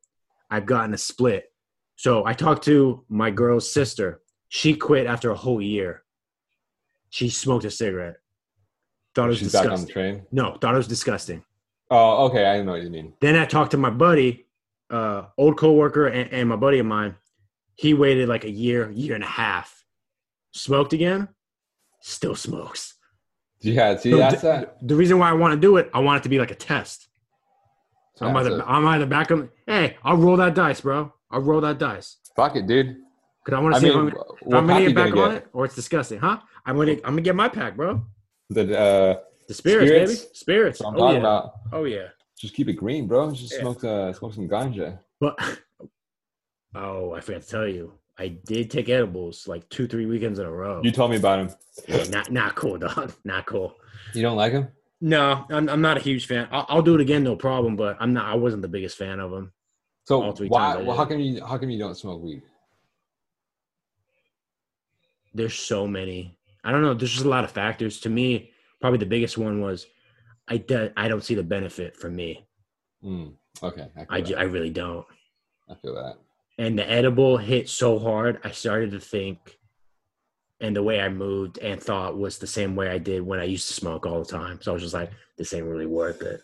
S1: I've gotten a split. So I talked to my girl's sister. She quit after a whole year. She smoked a cigarette. Thought it was
S2: She's back on the
S1: disgusting.
S2: train.
S1: No, thought it was disgusting.
S2: Oh, okay. I know what you mean.
S1: Then I talked to my buddy, uh, old coworker, and, and my buddy of mine. He waited like a year, year and a half. Smoked again, still smokes.
S2: Yeah, see,
S1: So
S2: that's
S1: the,
S2: that.
S1: the reason why I want to do it, I want it to be like a test. I'm
S2: That's
S1: either
S2: it.
S1: I'm either back on. Hey, I'll roll that dice, bro. I'll roll that dice
S2: Fuck it, dude.
S1: because I want
S2: I
S1: to see
S2: mean,
S1: if I'm, if
S2: what
S1: I'm gonna
S2: pack you
S1: get
S2: gonna
S1: back on
S2: get?
S1: it or it's disgusting, huh? I'm gonna I'm gonna get my pack, bro.
S2: The uh,
S1: The spirits,
S2: Spirits?
S1: baby, spirits.
S2: that's what I'm
S1: Oh
S2: talking
S1: yeah.
S2: about.
S1: oh yeah,
S2: Just keep it green, bro. Just
S1: Yeah.
S2: smoke uh, smoke some ganja.
S1: But oh, I forgot to tell you, I did take edibles like two, three weekends in a row.
S2: You told me about him.
S1: Yeah, not not cool, dog. Not cool.
S2: You don't like him?
S1: No, I'm, I'm not a huge fan. I'll, I'll do it again, no problem. But I'm not. I wasn't the biggest fan of them.
S2: So
S1: All three
S2: why?
S1: times I
S2: Well,
S1: did.
S2: how come you? How come you don't smoke weed?
S1: There's so many. I don't know. There's just a lot of factors. To me, probably the biggest one was I de- I don't see the benefit for me.
S2: Mm, okay, I feel,
S1: I,
S2: that.
S1: ju- I really don't.
S2: I feel that.
S1: and the edible hit so hard i started to think and the way i moved and thought was the same way i did when i used to smoke all the time so i was just like this ain't really worth it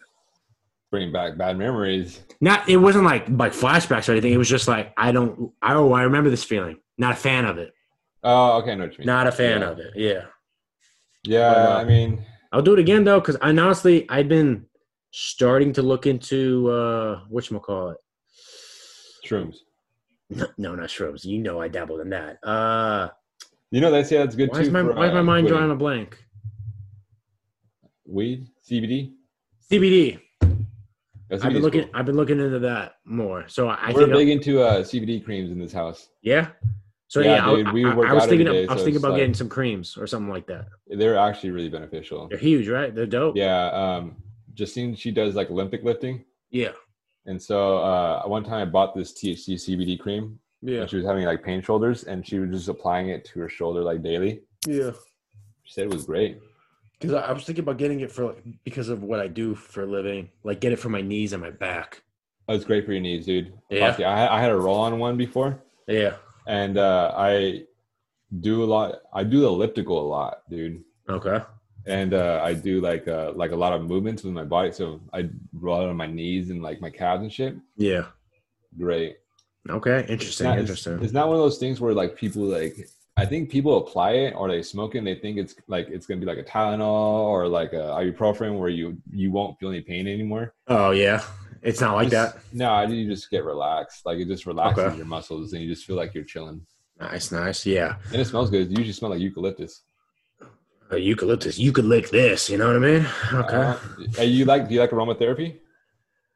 S2: Bringing back bad memories.
S1: not it wasn't like like flashbacks or anything it was just like i don't i oh i remember this feeling not a fan of it
S2: Oh, okay, I know what you mean.
S1: not a fan
S2: Yeah.
S1: of it yeah
S2: Yeah,
S1: But, uh,
S2: I mean,
S1: i'll do it again though because and honestly i've been starting to look into uh whatchamacallit
S2: shrooms.
S1: no not shrooms you know i dabbled in that uh
S2: You know they say that's good
S1: why
S2: too.
S1: is my
S2: for,
S1: why is my
S2: uh,
S1: mind
S2: quitting.
S1: drawing a blank
S2: Weed, CBD.
S1: cbd
S2: That's
S1: I've been looking. I've been looking into that more. So I, I
S2: We're
S1: think. I'll-
S2: big into uh, CBD creams in this house.
S1: yeah. So
S2: Yeah,
S1: yeah, I-
S2: dude, we
S1: I, I
S2: work
S1: was
S2: out every
S1: thinking. I
S2: day,
S1: was
S2: so
S1: thinking
S2: it's
S1: about
S2: like-
S1: getting some creams or something like that.
S2: They're actually really beneficial.
S1: They're huge, right? They're dope.
S2: Yeah. Um, Justine, she does like Olympic lifting,
S1: Yeah.
S2: and so uh, one time I bought this THC CBD cream,
S1: Yeah.
S2: and she was having like pain shoulders, and she was just applying it to her shoulder like daily.
S1: Yeah.
S2: She said it was great.
S1: Because I, I was thinking about getting it for because of what I do for a living, like get it for my knees and my back.
S2: Oh, it's great for your knees, dude.
S1: Yeah.
S2: Fuck I, had- I had a roll-on one before.
S1: Yeah.
S2: and uh, I do a lot. I do the elliptical a lot, dude.
S1: Okay.
S2: and uh, I do like uh, like a lot of movements with my body. So I roll on my knees and like my calves and shit.
S1: Yeah.
S2: Great.
S1: Okay.
S2: It's
S1: Interesting.
S2: not, it's,
S1: interesting.
S2: it's not one of those things where like people like I think people apply it or they smoke it and they think it's like it's gonna be like a Tylenol or like a ibuprofen where you you won't feel any pain anymore.
S1: oh yeah. It's not like
S2: Just-
S1: that.
S2: No, I think you just get relaxed. Like it just relaxes
S1: Okay.
S2: your muscles and you just feel like you're chilling.
S1: Nice. Nice. Yeah.
S2: And it smells good. It usually smells like eucalyptus.
S1: Uh, eucalyptus. You could lick this. You know what I mean? Okay.
S2: Uh, hey, you like do you like aromatherapy?